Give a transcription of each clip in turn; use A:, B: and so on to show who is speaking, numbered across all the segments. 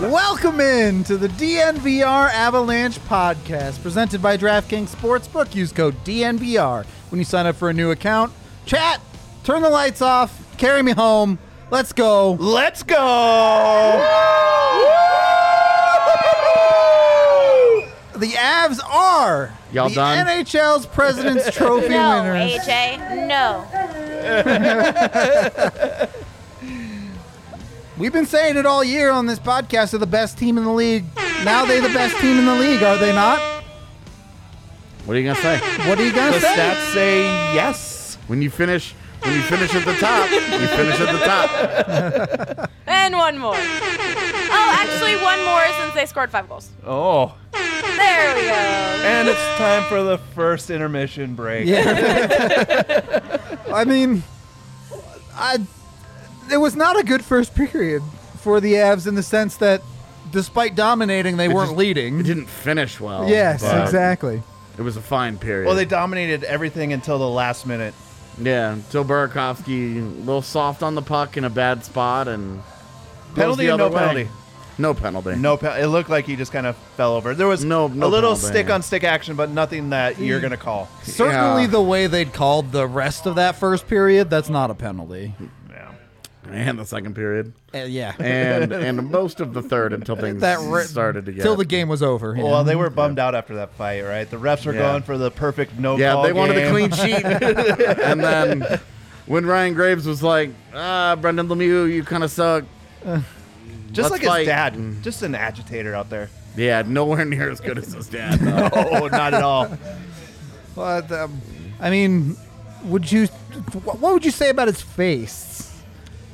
A: Welcome in to the DNVR Avalanche podcast, presented by DraftKings Sportsbook. Use code DNVR when you sign up for a new account. Chat, turn the lights off, carry me home. Let's go.
B: Let's go!
A: The Avs are
B: Y'all
A: the
B: done?
A: NHL's President's Trophy
C: No,
A: winners.
C: AJ, no.
A: We've been saying it all year on this podcast. They're the best team in the league. Now they're the best team in the league, are they not?
B: What are you gonna say?
A: What are you
B: The
A: gonna say?
B: stats say yes. When you finish, when you finish at the top, you finish at the top.
C: And one more. Oh, actually, one more since they scored five goals.
D: Oh,
C: There we go.
D: and it's time for the first intermission break.
A: Yeah. I mean, I it was not a good first period for the Avs in the sense that, despite dominating, they weren't
B: just- It
A: leading.
B: didn't finish well.
A: yes,
B: but
A: exactly.
B: It was a fine period.
E: Well, they dominated everything until the last minute.
B: yeah. Till Burakovsky, a little soft on the puck in a bad spot, and goes
E: Penalty
B: the
E: or no
B: other way.
E: penalty?
B: No penalty.
E: No, pe- it looked like he just kind of fell over. There was
B: No-
E: a
B: no
E: little
B: penalty.
E: stick on stick action, but nothing that you're gonna call.
A: Certainly,
B: Yeah.
A: the way they'd called the rest of that first period, that's not a penalty.
B: And the second period,
A: Uh, yeah,
B: and and most of the third until things
A: that re-
B: started to get
A: till the game was over. yeah.
E: Well, they were bummed out after that fight, right? The refs were
B: Yeah.
E: going for the perfect no
B: Yeah,
E: call.
B: they wanted
E: game.
B: a clean sheet. and then when Ryan Graves was like, ah, Brendan Lemieux, you kind of suck.
E: Just
B: Let's
E: like
B: fight. Mm.
E: his dad, just an agitator out there.
B: Yeah, nowhere near as good as his dad. though.
E: Oh, not at all.
A: but um, I mean, would you? What would you say about his face?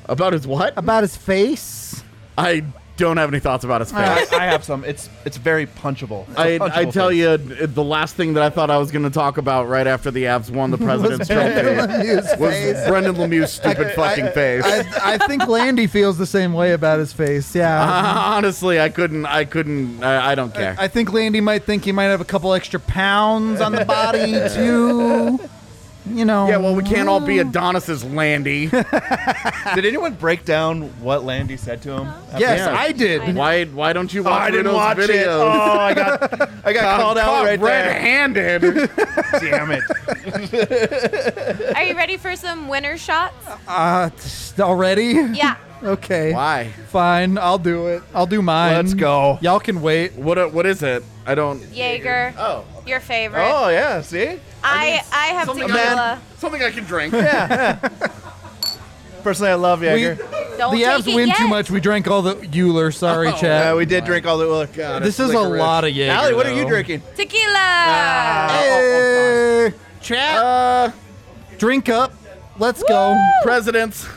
B: About his what?
A: About his face?
B: I don't have any thoughts about his face.
E: I, I have some. It's it's very punchable. It's a
B: I, I
E: punchable
B: tell
E: face.
B: you, the last thing that I thought I was going to talk about right after the Avs won the President's Trophy
A: His face.
B: was Brendan Lemieux's stupid fucking face.
A: I, I think Landy feels the same way about his face.
B: Uh-huh.
A: Yeah.
B: Honestly, I couldn't. I couldn't. I, I don't care.
A: I think Landy might think he might have a couple extra pounds on the body too. You know.
B: yeah, well, we can't all be Adonis's Landy.
E: Did anyone break down what Landy said to him? after
A: Yes,
B: Yeah.
A: I did.
B: Why? Why don't you
E: Oh,
B: watch
E: I didn't
B: Riddle's
E: watch
B: videos?
E: it. Oh, I got I got called out right there.
B: red-handed.
E: Damn it.
C: Are you ready for some winner shots?
A: Uh, t- already?
C: Yeah.
A: Okay.
B: Why?
A: Fine. I'll do it. I'll do mine.
D: Let's go.
A: Y'all can wait.
B: What? What is it? I don't.
C: Jaeger,
B: Oh.
C: your favorite.
D: Oh yeah, see?
C: I, I have
B: Something
C: tequila.
B: I, something I can drink.
D: Personally, I love
A: We,
D: Jaeger.
C: Don't
A: the
C: take
A: abs
C: it
A: win
C: yet.
A: too much. We drank all the Euler. Sorry,
D: Yeah,
A: chat.
D: Uh, we did drink all the. oh, Well,
B: God,
A: this
B: it's
A: is a
B: licorice.
A: lot of Jaeger.
D: Allie, what are you
A: though.
D: drinking?
C: Tequila.
B: Ah.
A: Hey, chat.
B: Uh,
A: drink up. Let's go
B: presidents.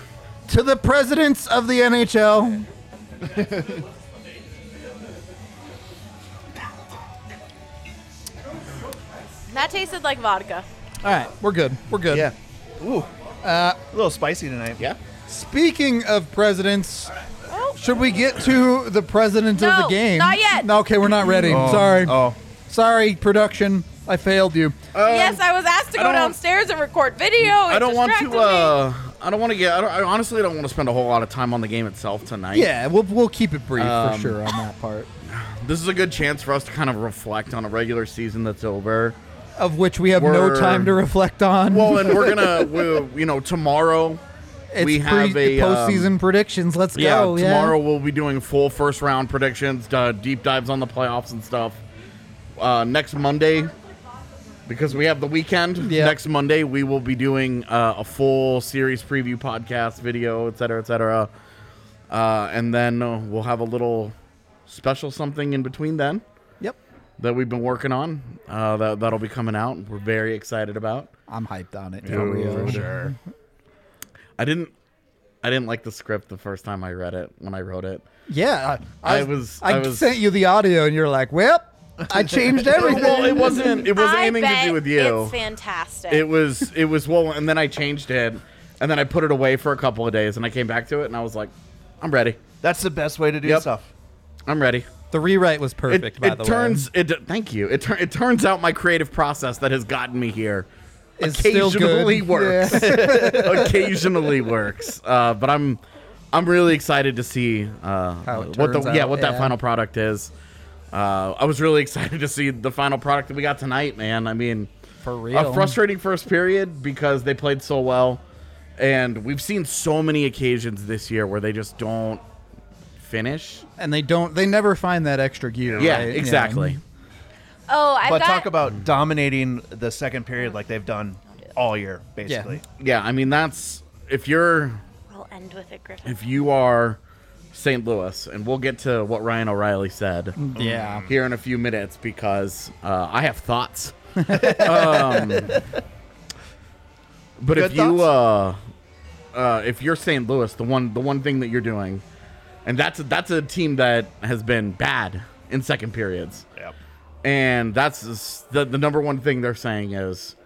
A: to the presidents of the NHL.
C: that tasted like vodka.
A: All right, we're good. We're good.
D: Yeah. Uh, Ooh. a little spicy tonight.
B: Yeah.
A: Speaking of presidents,
C: Oh.
A: should we get to the president of
C: No,
A: the game?
C: not yet.
A: No, Okay, we're not ready. Sorry.
D: Oh.
A: Sorry, production. I failed you.
B: Uh,
C: yes, I was asked to
B: Um, I
C: go
B: don't-
C: downstairs and record video. Oh, It
B: I don't want to.
C: distracted me.
B: Uh, I don't want to get. I, don't, I honestly don't want to spend a whole lot of time on the game itself tonight.
A: Yeah, we'll, we'll keep it brief for
B: Um,
A: sure on that part.
B: This is a good chance for us to kind of reflect on a regular season that's over.
A: Of which we have no
B: We're-
A: time to reflect on.
B: Well, and we're gonna, we, you know, tomorrow.
A: it's
B: we have a, um,
A: postseason predictions. Let's
B: Yeah,
A: go.
B: tomorrow we'll be doing full first round predictions, uh, deep dives on the playoffs and stuff. Uh, next Monday, because we have the weekend.
A: Yeah.
B: Next Monday we will be doing uh, a full series preview podcast, video, et cetera, et cetera. Uh, and then uh, we'll have a little special something in between then
A: Yep.
B: that we've been working on. Uh, that that'll be coming out. We're very excited about.
A: I'm hyped on it.
B: Ooh, sure. I didn't. I didn't like the script the first time I read it when I wrote it.
A: Yeah.
B: I was-
A: I,
B: I was-
A: sent you the audio, and you're like, "Well, I changed everything."
B: well, it wasn't. It wasn't
C: I
B: anything to
C: bet
B: do with you.
C: It's fantastic.
B: It was. It was. Well, and then I changed it, and then I put it away for a couple of days, and I came back to it, and I was like, "I'm ready.
D: That's the best way to do
B: Yep.
D: stuff.
B: I'm ready."
A: the rewrite was perfect.
B: It,
A: by
B: it
A: the way,
B: turns. It thank you. It tur- It turns out my creative process that has gotten me here
A: It's still good.
B: occasionally works.
A: Yeah.
B: occasionally works. Uh, but I'm I'm really excited to see uh,
A: How it
B: what the
A: turns
B: yeah
A: out,
B: what
A: yeah.
B: that final product is. Uh, I was really excited to see the final product that we got tonight, man. I mean,
A: For real.
B: a frustrating first period because they played so well, and we've seen so many occasions this year where they just don't finish.
A: and they don't. They never find that extra gear.
B: Yeah,
A: right?
B: exactly.
C: oh, I
D: but
C: got.
D: talk about dominating the second period like they've done all year, basically.
B: yeah, I mean that's if you're
C: we'll end with it, Griffin.
B: if you are St. Louis, and we'll get to what Ryan O'Reilly said.
A: Yeah.
B: here in a few minutes because uh, I have thoughts. um, but
D: Good
B: if you uh, uh, if you're St. Louis, the one the one thing that you're doing, and that's that's a team that has been bad in second periods,
D: Yep.
B: and that's s- the the number one thing they're saying is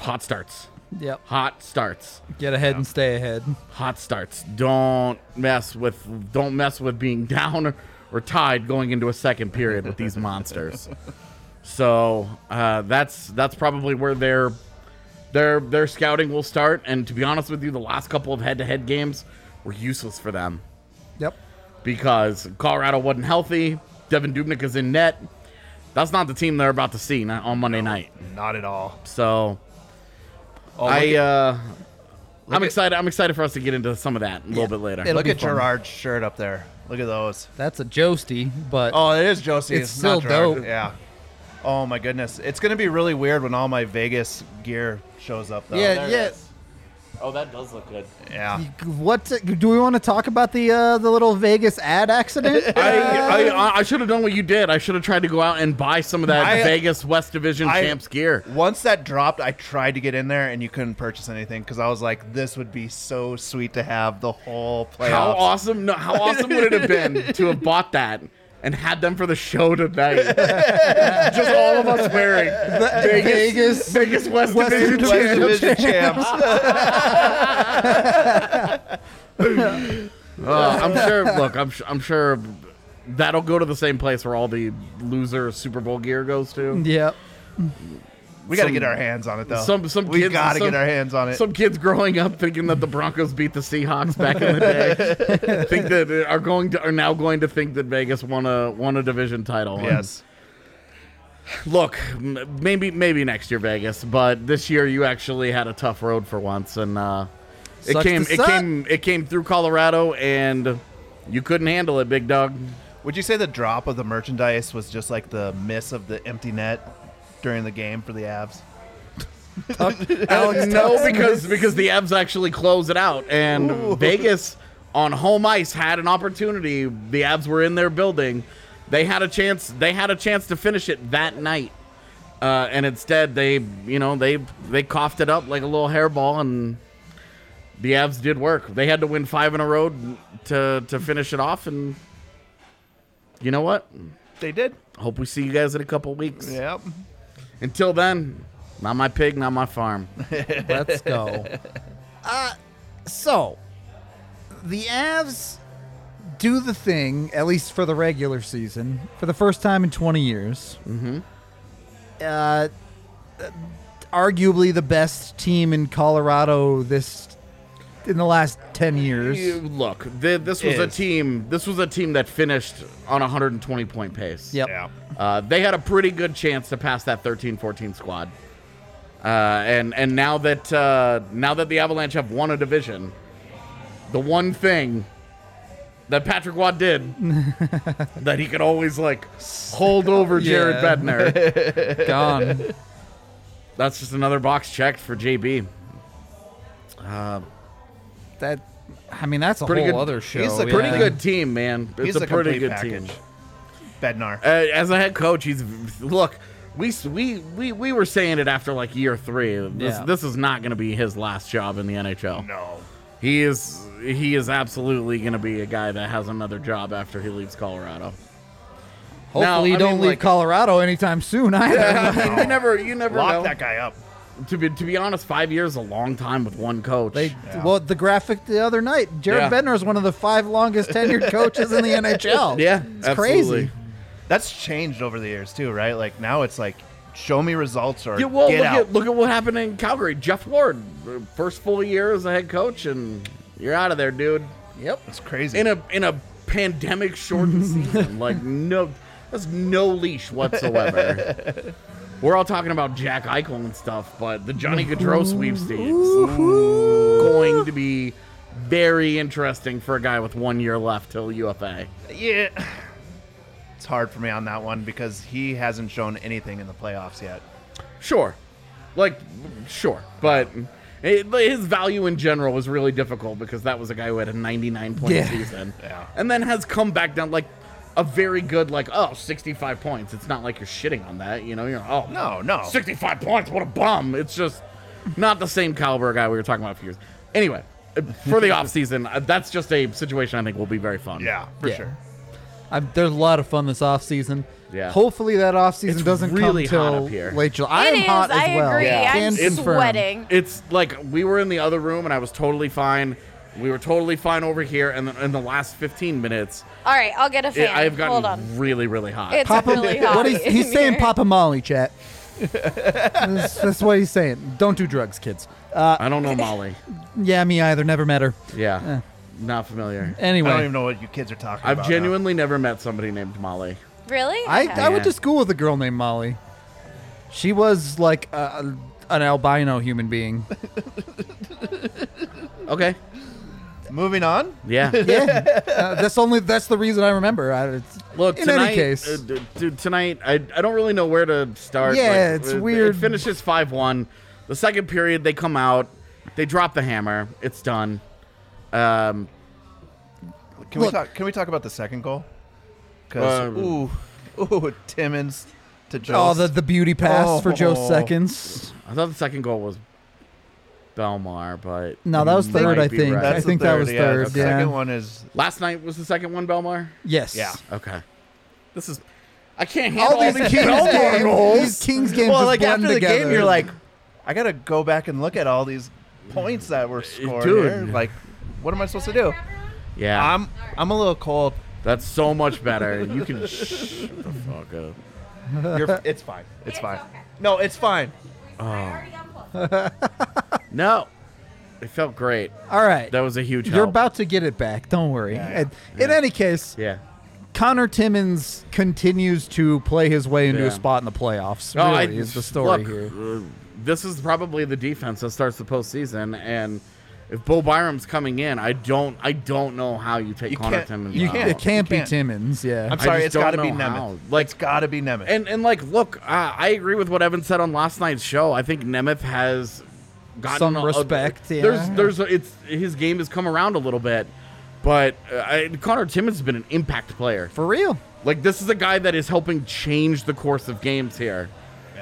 B: hot starts,
A: Yep.
B: hot starts,
A: Get ahead and stay ahead.
B: hot starts. Don't mess with don't mess with being down or, or tied going into a second period with these monsters. So uh, that's that's probably where their their their scouting will start. And to be honest with you, the last couple of head to head games were useless for them
A: Yep.
B: because Colorado wasn't healthy. Devin Dubnik is in net. That's not the team they're about to see not- on Monday night.
D: Not at all.
B: So
D: Oh, look
B: I
D: at-
B: uh, I'm
D: at-
B: excited. I'm excited for us to get into some of that a little bit later.
A: it'll
D: look
A: be
D: at
A: fun.
D: Gerard's shirt up there. Look at those.
A: That's a Josty, but
D: Oh, it is Josie.
A: It's
D: not
A: still
D: Gerard.
A: dope.
D: Yeah. Oh my goodness, it's gonna be really weird when all my Vegas gear shows up. Though.
A: yeah, yeah.
B: Oh, that does look good.
D: Yeah.
A: What do we want to talk about the uh, the little Vegas ad accident?
B: I, I, I should have done what you did. I should have tried to go out and buy some of that
D: I-
B: Vegas West Division
D: I-
B: champs gear.
D: Once that dropped, I tried to get in there and you couldn't purchase anything because I was like, this would be so sweet to have the whole playoffs.
B: How awesome! No, how awesome would it have been to have bought that and had them for the show tonight? Just all of us wearing
A: Vegas-
B: Vegas Vegas West,
A: West
B: Division,
D: West
B: champs.
D: Division champs.
B: Uh, I'm sure. Look, I'm su- I'm sure that'll go to the same place where all the loser Super Bowl gear goes to.
A: yep.
D: We got to
B: Some-
D: get our hands on it though.
B: Some some
D: we
B: kids,
D: got to
B: some-
D: get our hands on it.
B: Some kids growing up thinking that the Broncos beat the Seahawks back in the day think that are going to are now going to think that Vegas won a won a division title. And
D: yes.
B: look, m- maybe maybe next year Vegas, but this year you actually had a tough road for once, and uh, It
A: Sucks
B: came
A: to
B: it
A: suck.
B: came it came through Colorado and you couldn't handle it, big dog.
D: Would you say the drop of the merchandise was just like the miss of the empty net during the game for the Avs?
A: Alex
B: Oh, no,
A: Tuck's
B: because
A: miss.
B: because the Evs actually closed it out and Vegas on home ice had an opportunity. The Avs were in their building. They had a chance they had a chance to finish it that night. Uh, and instead they you know they they coughed it up like a little hairball and the Avs did work. They had to win five in a row to to finish it off and you know what?
D: They did.
B: Hope we see you guys in a couple weeks.
D: Yep.
B: Until then, not my pig, not my farm.
A: Let's go. Uh, so, the Avs do the thing, at least for the regular season, for the first time in 20 years. Mm-hmm. Uh, arguably the best team in Colorado this in the last 10 years.
B: You- Look, th- this was a
D: Is.
B: team. This was a team that finished on a 120 point pace.
A: Yep.
B: Uh, they had a pretty good chance to pass that 13-14 squad. Uh, and and now that uh, now that the Avalanche have won a division, the one thing that Patrick Watt did that he could always like hold over Jared
A: Yeah.
B: Bednar.
A: Gone.
B: That's just another box checked for JB.
A: That I mean that's a
B: Pretty
A: whole
B: good-
A: other show.
D: he's a
A: yeah.
B: Pretty good team, man. It's
D: He's
B: a
D: the
B: pretty
D: complete
B: good team.
D: package. Bednar.
B: Uh, as a head coach, he's look. We s- we we we were saying it after like year three. This
A: Yeah.
B: this is not going to be his last job in the NHL.
D: no.
B: He is he is absolutely going to be a guy that has another job after he leaves Colorado.
A: Hopefully
B: Now,
A: you
B: I
A: don't
B: mean,
A: leave
B: like-
A: Colorado anytime soon either.
B: you never you never
D: Lock
B: know.
D: that guy up.
B: To be to be honest, five years is a long time with one coach.
A: They well, the graphic the other night, Jared
B: Yeah.
A: Bednar is one of the five longest tenured coaches in the NHL.
B: yeah,
A: it's
B: absolutely.
A: crazy.
D: That's changed over the years too, right? Like now it's like show me results or
B: Yeah, well,
D: get
B: look
D: out.
B: at look at what happened in Calgary. Jeff Ward, first full year as a head coach, and you're out of there, dude.
A: Yep.
D: it's crazy.
B: in a in a pandemic shortened season. Like no, that's no leash whatsoever. We're all talking about Jack Eichel and stuff, but the Johnny Gaudreau sweepstakes going to be very interesting for a guy with one year left till UFA.
D: yeah. It's hard for me on that one because he hasn't shown anything in the playoffs yet.
B: Sure, like sure, but. It, his value in general was really difficult because that was a guy who had a 99 point
A: Yeah.
B: season
D: Yeah.
B: and then has come back down like a very good like oh 65 points it's not like you're shitting on that you know you're oh
D: No, no.
B: 65 points. What a bum. It's just not the same caliber guy we were talking about for years. Anyway, uh, for the offseason, uh, that's just a situation I think will be very fun.
D: Yeah, for
A: Yeah.
D: sure.
A: I'm, there's a lot of fun this offseason.
B: Yeah.
A: Hopefully that offseason
B: It's
A: doesn't
B: really
A: come
B: hot
A: till
B: up here.
A: late July. I
C: It
A: am
C: is,
A: hot as
C: I
A: well.
C: agree.
B: Yeah.
C: I'm
A: Can confirm.
C: sweating.
B: It's like we were in the other room and I was totally fine. We were totally fine over here. And then in the last 15 minutes,
C: All right, I'll get a
B: it,
C: fan.
B: I've
C: Hold on.
B: gotten really, really hot.
C: It's
A: Papa,
C: really hot.
A: what he's,
C: in
A: he's saying,
C: here.
A: Papa Molly, chat. that's, that's what he's saying. Don't do drugs, kids.
B: I don't know Molly.
A: Yeah, me either. Never met her. Eh.
B: Yeah. Not familiar.
A: Anyway,
D: I don't even know what you kids are talking about.
B: I've
D: now.
B: genuinely never met somebody named Molly.
C: Really?
A: I,
C: Okay.
A: I went
B: Yeah.
A: to school with a girl named Molly. She was like a, a- an albino human being.
B: Okay.
D: Moving on.
B: Yeah.
A: Yeah, uh, that's only that's the reason I remember. I, it's,
B: Look,
A: in
B: tonight,
A: any case,
B: uh, d- dude, tonight I, I don't really know where to start. uh,
A: Yeah, it's
B: it-
A: weird.
B: It finishes five one. The second period, they come out, they drop the hammer. It's done. Um,
D: Can
A: Look.
D: we talk? Can we talk about the second goal? Because
B: Um,
D: ooh, ooh, Timmons to Joe.
A: oh, the the beauty pass for Joe
D: Oh.
A: Seconds.
B: I thought the second goal was Belmar, but
A: No, that was
B: you
A: third,
B: might
A: I
B: be
A: think. I
D: That's the
A: think that
D: third,
A: was
D: yeah,
A: third,
D: The
A: yeah.
D: second one is
B: Last night was the second one, Belmar.
A: Yes.
D: yeah.
B: Okay, this is I can't handle
A: All these
B: this
A: Kings games, these Kings games
D: well,
A: just
D: like
A: blend
D: after the
A: together.
D: game, you're like, I gotta go back and look at all these points that were scored. here.
B: Dude.
D: Like, what am I supposed to do?
B: Yeah,
D: I'm I'm a little cold.
B: that's so much better. You can shh the fuck up.
D: You're, it's fine. It's fine. No, it's fine.
B: No, it felt great.
A: all right,
B: That was a huge.
A: you're
B: help.
A: about to get it back. Don't worry. And- In any case,
B: yeah.
A: Connor Timmins continues to play his way into a
B: Yeah.
A: spot in the playoffs.
D: Oh,
B: No,
A: really, is the story
B: Oh, look,
A: here.
B: uh, This is probably the defense that starts the postseason, and If Bo Byram's coming in, I don't I don't know how you take
D: You
B: Connor
D: can't-
B: Timmons.
D: you
B: out.
D: can't-
A: It can't be
D: can't.
A: Timmons, yeah.
D: I'm sorry,
B: just
D: it's got to
B: don't
D: be
B: know how.
D: Nemeth.
B: Like-
D: it's got to be Nemeth.
B: And and like, look, uh, I, I agree with what Evan said on last night's show. I think Nemeth has gotten
A: Some
B: a-
A: respect, yeah.
B: There's there's a, it's his game has come around a little bit, but uh, I, Connor Timmons has been an impact player.
A: For real.
B: Like this is a guy that is helping change the course of games here.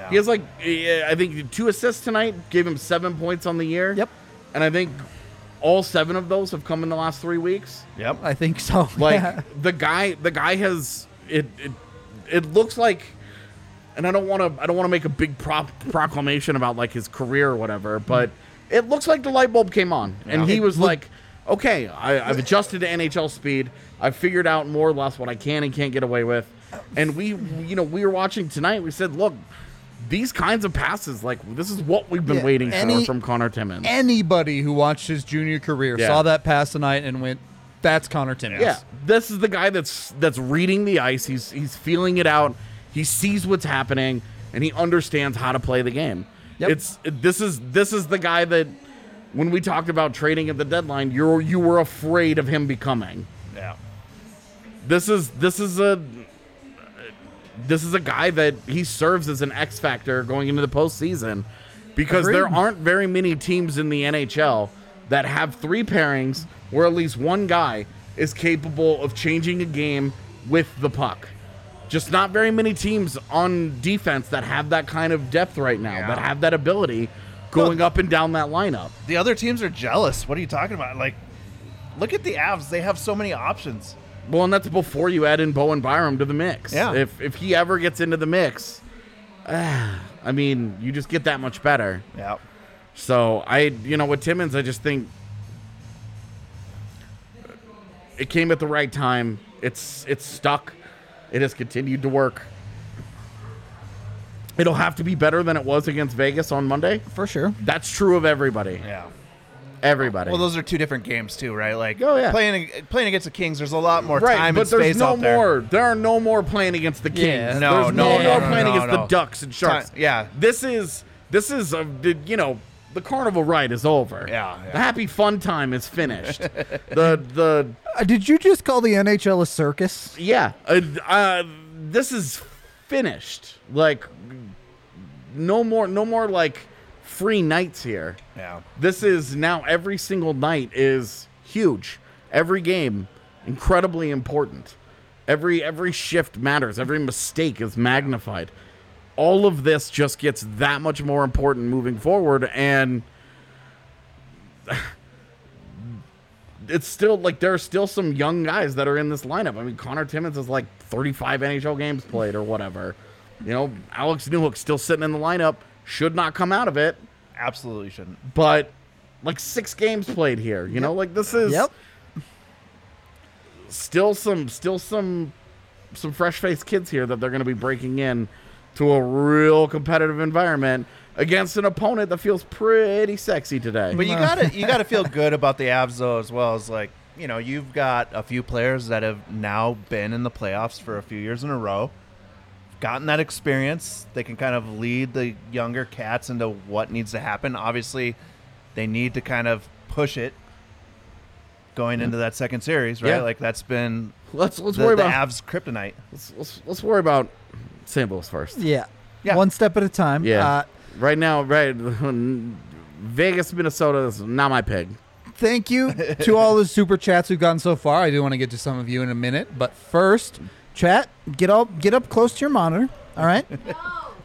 B: He has like eh, I think two assists tonight, gave him seven points on the year.
A: Yep.
B: and I think all seven of those have come in the last three weeks.
D: yep.
A: I think so.
B: Like
A: yeah.
B: the guy, the guy has it. It, it looks like, and I don't want to. I don't want to make a big prop, proclamation about like his career or whatever, but it looks like the light bulb came on, and he was like, "Okay, I, I've adjusted to NHL speed. I've figured out more or less what I can and can't get away with." And we, you know, we were watching tonight. We said, "Look." These kinds of passes, like this, is what we've been
A: Yeah,
B: waiting
A: any-
B: for from Connor Timmins.
A: Anybody who watched his junior career
B: Yeah.
A: saw that pass tonight and went, that's Connor Timmons.
B: Yeah, this is the guy that's that's reading the ice. He's he's feeling it out. He sees what's happening, and he understands how to play the game.
A: Yep.
B: It's this is this is the guy that when we talked about trading at the deadline, you were you were afraid of him becoming.
D: Yeah.
B: This is this is a this is a guy that he serves as an X factor going into the postseason because there
A: Agreed.
B: aren't very many teams in the NHL that have three pairings where at least one guy is capable of changing a game with the puck. Just not very many teams on defense that have that kind of depth right now, that have that ability going up and down that lineup.
D: The other teams are jealous. What are you talking about? Like, look at the Avs. They have so many options.
B: Well, and that's before you add in Bowen Byram to the mix.
D: Yeah.
B: If if he ever gets into the mix, ah, I mean, you just get that much better.
D: Yeah.
B: So I, you know, with Timmons, I just think it came at the right time. It's it's stuck. It has continued to work. It'll have to be better than it was against Vegas on Monday.
A: For sure.
B: That's true of everybody.
D: Yeah.
B: Everybody.
D: Well, those are two different games too, right? Like,
B: Oh, yeah.
D: playing playing against the Kings, there's a lot more
B: right,
D: time
B: but
D: and
B: there's
D: space
B: no
D: out there.
B: more. There are no more playing against the Kings.
A: Yeah,
D: no,
B: there's
D: no,
B: no,
D: no,
B: more
D: no,
B: playing
D: no,
B: against
D: no.
B: the Ducks and Sharks.
D: Ti- yeah.
B: this is this is a did- you know the carnival ride is over.
D: Yeah, yeah.
B: the happy fun time is finished. the the
A: Uh, did you just call the NHL a circus?
B: yeah, uh, uh, this is finished. Like no more, no more like free nights here.
D: Yeah.
B: This is now every single night is huge. Every game incredibly important. Every every shift matters. Every mistake is magnified. All of this just gets that much more important moving forward and it's still like there are still some young guys that are in this lineup. I mean, Connor Timmins is like 35 NHL games played or whatever. You know, Alex Newhook's still sitting in the lineup, should not come out of it
D: Absolutely shouldn't.
B: but like six games played here. You know, like this is
A: Yep.
B: still some still some some fresh faced kids here that they're going to be breaking in to a real competitive environment against an opponent that feels pretty sexy today.
D: But you gotta you gotta feel good about the Avs though as well as like you know you've got a few players that have now been in the playoffs for a few years in a row, gotten that experience. They can kind of lead the younger cats into what needs to happen. Obviously, they need to kind of push it going into that second series, right?
B: Yeah.
D: Like that's been
B: let's let's
D: the,
B: worry
D: the
B: about
D: Avs kryptonite.
B: let's, let's let's worry about St. Louis first.
A: Yeah.
D: Yeah.
A: One step at a time.
B: Yeah.
A: Uh,
B: right now, right Vegas, Minnesota is not my pig.
A: thank you to all the super chats we've gotten so far. I do want to get to some of you in a minute, but first, chat, get up, get up close to your monitor. All right,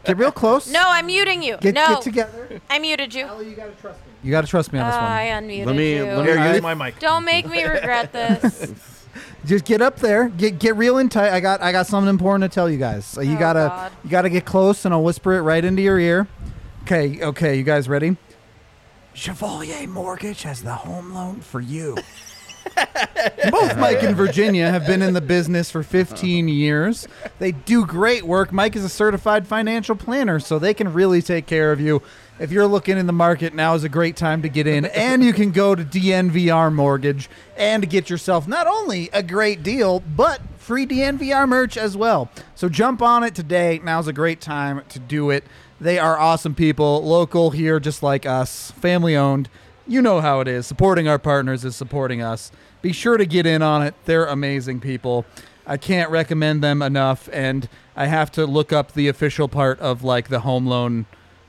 A: get real close.
C: No, I'm muting you.
A: get,
C: no,
A: get together.
C: I muted you.
A: You gotta trust me. You gotta trust me on this one.
C: I unmuted
B: Let me-
C: you.
B: let me-
D: Here,
A: Alright.
D: use my mic.
C: Don't make me regret this.
A: Just get up there. Get get real and tight. I got I got something important to tell you guys. So you
C: Oh,
A: gotta
C: God.
A: you gotta get close, and I'll whisper it right into your ear. Okay, okay, you guys ready? Chevalier Mortgage has the home loan for you. Both Mike and Virginia have been in the business for 15 years. They do great work. Mike is a certified financial planner, so they can really take care of you. If you're looking in the market, now is a great time to get in. And you can go to DNVR Mortgage and get yourself not only a great deal, but free DNVR merch as well. So jump on it today. Now's a great time to do it. They are awesome people, local here, just like us, family owned You know how it is. Supporting our partners is supporting us. Be sure to get in on it. They're amazing people. I can't recommend them enough. And I have to look up the official part of like the Home Loan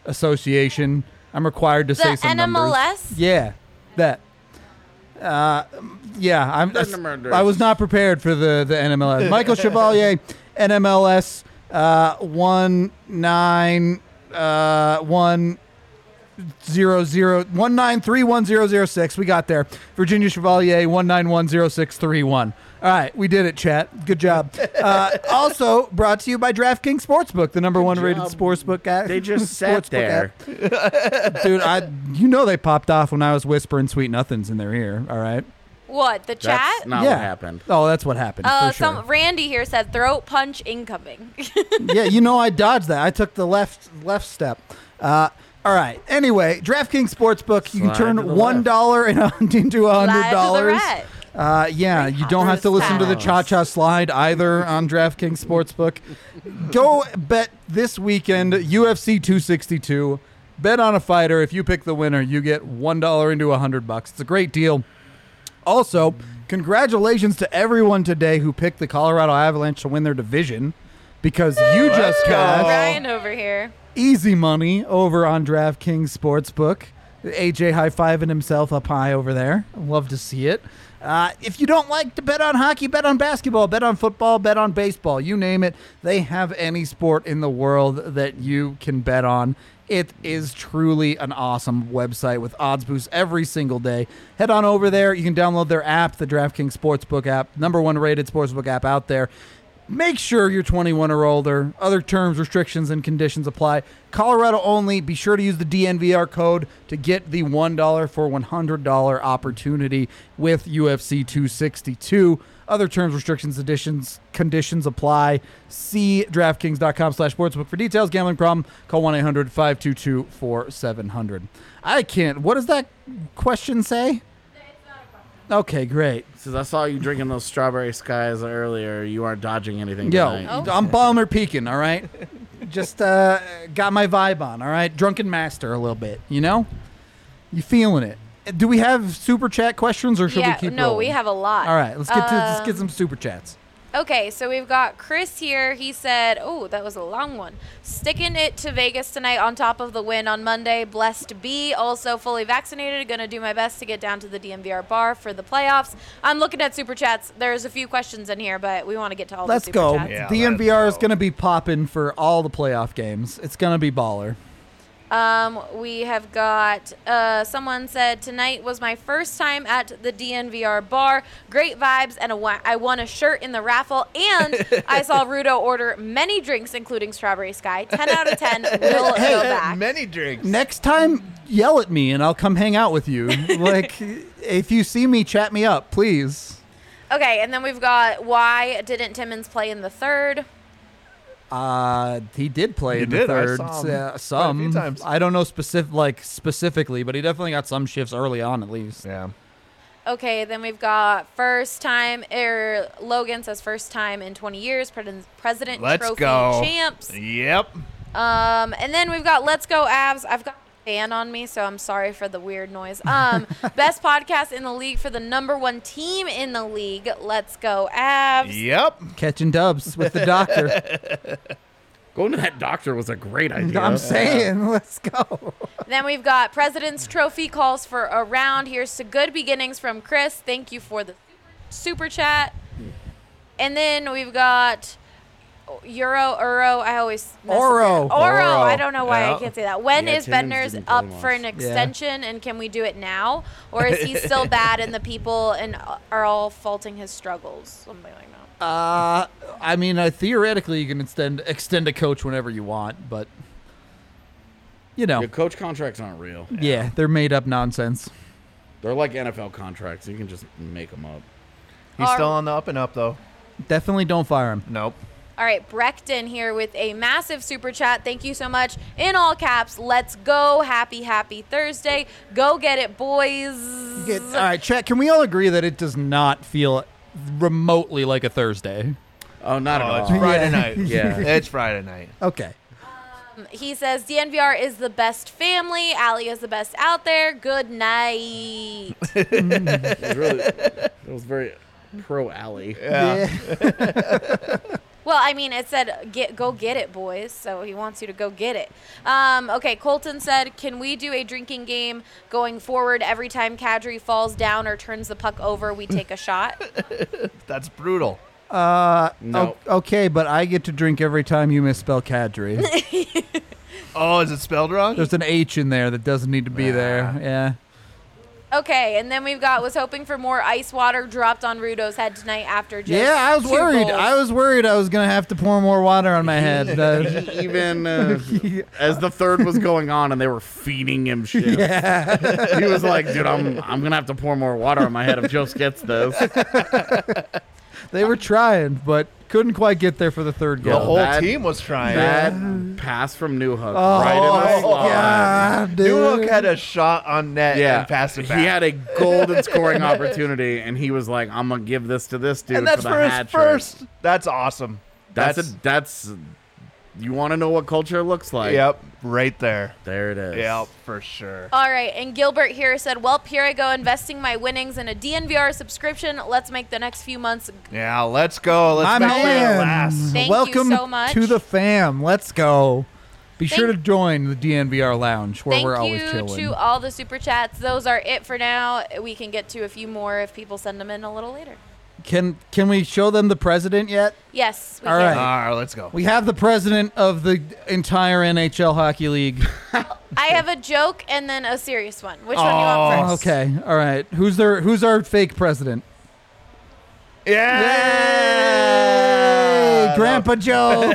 A: Association. I'm required to say
C: The
A: some numbers.
C: NMLS?
A: Yeah, that. Uh, yeah, I'm.
B: NMLS.
A: I was not prepared for the the NMLS. Michael Chevalier, NMLS uh, one nine uh, one zero zero one nine three one zero zero six. We got there. Virginia Chevalier one nine one zero six three one. All right, we did it, chat. Good job. Uh, also brought to you by DraftKings Sportsbook, the number one rated
B: job.
A: sportsbook guy.
B: They just sat there.
A: dude. I, you know, they popped off when I was whispering "sweet nothings" in their ear. All right.
C: What the
B: That's
C: chat?
B: not
A: yeah.
B: what happened.
A: Oh, that's what happened.
C: uh,
A: for sure.
C: some Randy here said throat punch incoming.
A: yeah, you know I dodged that. I took the left left step. Uh, all right. Anyway, DraftKings Sportsbook, you can
B: Slide
A: turn
B: to the
A: one
B: left.
A: dollar and into a hundred
C: Slide to the
A: dollars.
C: right.
A: Uh, yeah, you don't have to listen to the cha-cha slide either on DraftKings Sportsbook. Go bet this weekend UFC 262. Bet on a fighter. If you pick the winner, you get one dollar into a hundred bucks. It's a great deal. Also, congratulations to everyone today who picked the Colorado Avalanche to win their division because you just got
C: Brian over here.
A: easy money over on DraftKings Sportsbook. AJ high fiving himself up high over there. Love to see it. Uh, if you don't like to bet on hockey, bet on basketball, bet on football, bet on baseball, you name it. They have any sport in the world that you can bet on. It is truly an awesome website with odds boosts every single day. Head on over there. You can download their app, the DraftKings Sportsbook app, number one rated sportsbook app out there. Make sure you're 21 or older. Other terms, restrictions, and conditions apply. Colorado only. Be sure to use the DNVR code to get the $1 for $100 opportunity with UFC 262. Other terms, restrictions, additions, conditions apply. See DraftKings.com slash sportsbook for details. Gambling problem, call 1-800-522-4700. I can't. What does that question say? Okay, great.
B: Says I saw you drinking those strawberry skies earlier. You aren't dodging anything.
A: Yo,
B: tonight."
C: Oh.
A: I'm Balmer peeking, all right? Just uh, got my vibe on, all right? Drunken master a little bit, you know? You feeling it. Do we have super chat questions or should
C: yeah,
A: we keep
C: no, we
A: rolling?
C: have a lot.
A: All right, let's get to let's get
C: Um,
A: some super chats.
C: Okay, so we've got Chris here. He said, "Oh, that was a long one. Sticking it to Vegas tonight on top of the win on Monday. Blessed be. Also fully vaccinated. Going to do my best to get down to the DMVR bar for the playoffs. I'm looking at super chats. There's a few questions in here, but we want to get to all
A: Let's
C: the super
A: go.
C: chats.
D: Yeah,
A: DNVR is
D: let's go.
A: going to be popping for all the playoff games. It's going to be baller.
C: Um, we have got uh, someone said tonight was my first time at the DNVR bar. Great vibes, and a wa- I won a shirt in the raffle. And I saw Rudo order many drinks, including Strawberry Sky. Ten out of ten. Will
A: Hey,
C: go back.
D: Many drinks.
A: Next time, yell at me and I'll come hang out with you. like, if you see me, chat me up, please.
C: Okay, and then we've got why didn't Timmons play in the third?
A: Uh, he did play
D: He
A: in the
D: did. I
A: third.
D: saw him
A: uh,
D: quite a few
A: some.
D: times.
A: I don't know specific like specifically, but he definitely got some shifts early on at least.
D: Yeah.
C: Okay, then we've got first time. Er, Logan says first time in 20 years. Pres- President
D: Let's
C: Trophy
D: go.
C: champs.
D: Yep.
C: Um, and then we've got Let's Go Abs. I've got a fan on me, so I'm sorry for the weird noise. Um, best podcast in the league for the number one team in the league. Let's Go Abs.
D: Yep.
A: Catching dubs with the doctor.
B: Going to that doctor was a great idea.
A: I'm saying, let's go.
C: Then we've got President's Trophy calls for a round. Here's to good beginnings from Chris. Thank you for the super chat. And then we've got Euro, Euro. I always mess up
A: Oro.
C: that. Oro.
D: Oro.
C: I don't know why I
D: Yeah.
C: can't say that. When
B: Yeah,
C: is
B: Timmons
C: Bednar's
B: didn't play
C: up
B: much.
C: for an extension, and can we do it now, or is he still bad and the people and are all faulting his struggles? Something like that.
A: Uh, I mean, uh, theoretically, you can extend extend a coach whenever you want, but you know,
B: Your coach contracts aren't real.
A: yeah, they're made up nonsense.
B: They're like NFL contracts. You can just make them up.
D: He's
C: Are-
D: still on the up and up though.
A: Definitely don't fire him.
D: Nope.
C: All right, Breckton here with a massive super chat. Thank you so much. In all caps, let's go. Happy, happy Thursday. Go get it, boys.
A: Get- all right, chat. Can we all agree that it does not feel remotely like a Thursday?
B: Oh, not
D: Oh,
B: at
D: it's
B: all.
D: Friday
A: Yeah.
D: night.
B: Yeah.
D: It's Friday night.
A: Okay.
C: He says DNVR is the best family. Allie is the best out there. Good night.
B: It really, it was very pro alley.
A: Yeah.
C: Well, I mean, it said get go get it, boys. So he wants you to go get it. Um, okay, Colton said, "Can we do a drinking game going forward? Every time Kadri falls down or turns the puck over, we take a shot."
D: That's brutal.
B: No.
A: O- okay, but I get to drink every time you misspell Kadri.
D: Oh, is it spelled wrong?
A: There's an H in there that doesn't need to be there. Yeah.
C: Okay, and then we've got was hoping for more ice water dropped on Rudo's head tonight after just
A: yeah, I was
C: two
A: worried.
C: goals.
A: I was worried I was gonna have to pour more water on my head. Uh,
B: He even uh, as the third was going on and they were feeding him shit,
A: yeah.
B: he was like, "Dude, I'm I'm gonna have to pour more water on my head if Joe gets this."
A: They were trying, but couldn't quite get there for the third
B: Yeah.
D: the
A: goal.
D: whole
B: that-
D: team was trying.
B: That pass from Newhook
A: Oh,
B: right in the
A: my
B: slot.
A: God, dude.
D: Newhook had a shot on net
B: Yeah,
D: and passed it back.
B: he had a golden scoring opportunity, and he was like, "I'm gonna give this to this dude
D: and that's
B: for
D: for,
B: the hat
D: his
B: trick."
D: first. That's awesome.
B: That's that's, a, that's you want to know what culture looks like?
D: yep, right there.
B: There it is.
D: Yep, for sure.
C: All right, and Gilbert here said, "Welp, here I go investing my winnings in a DNVR subscription. Let's make the next few months
D: Yeah, let's go. Let's
A: My
D: make it
A: man.
D: last.
C: Thank you
A: Welcome
C: so much.
A: to the fam. Let's go. Be sure to
C: Thank-
A: join the DNVR lounge where
C: Thank
A: we're always
C: you
A: chilling.
C: to all the super chats. Those are it for now. We can get to a few more if people send them in a little later.
A: Can can we show them the president yet?
C: Yes. We
A: All
C: can.
D: All
A: right.
D: right, let's go.
A: We have the president of the entire NHL hockey league.
C: I have a joke and then a serious one. Which one do you
D: Oh,
C: want first?
A: okay, all right. Who's their Who's our fake president?
D: Yeah.
A: Hey, Grandpa Joe.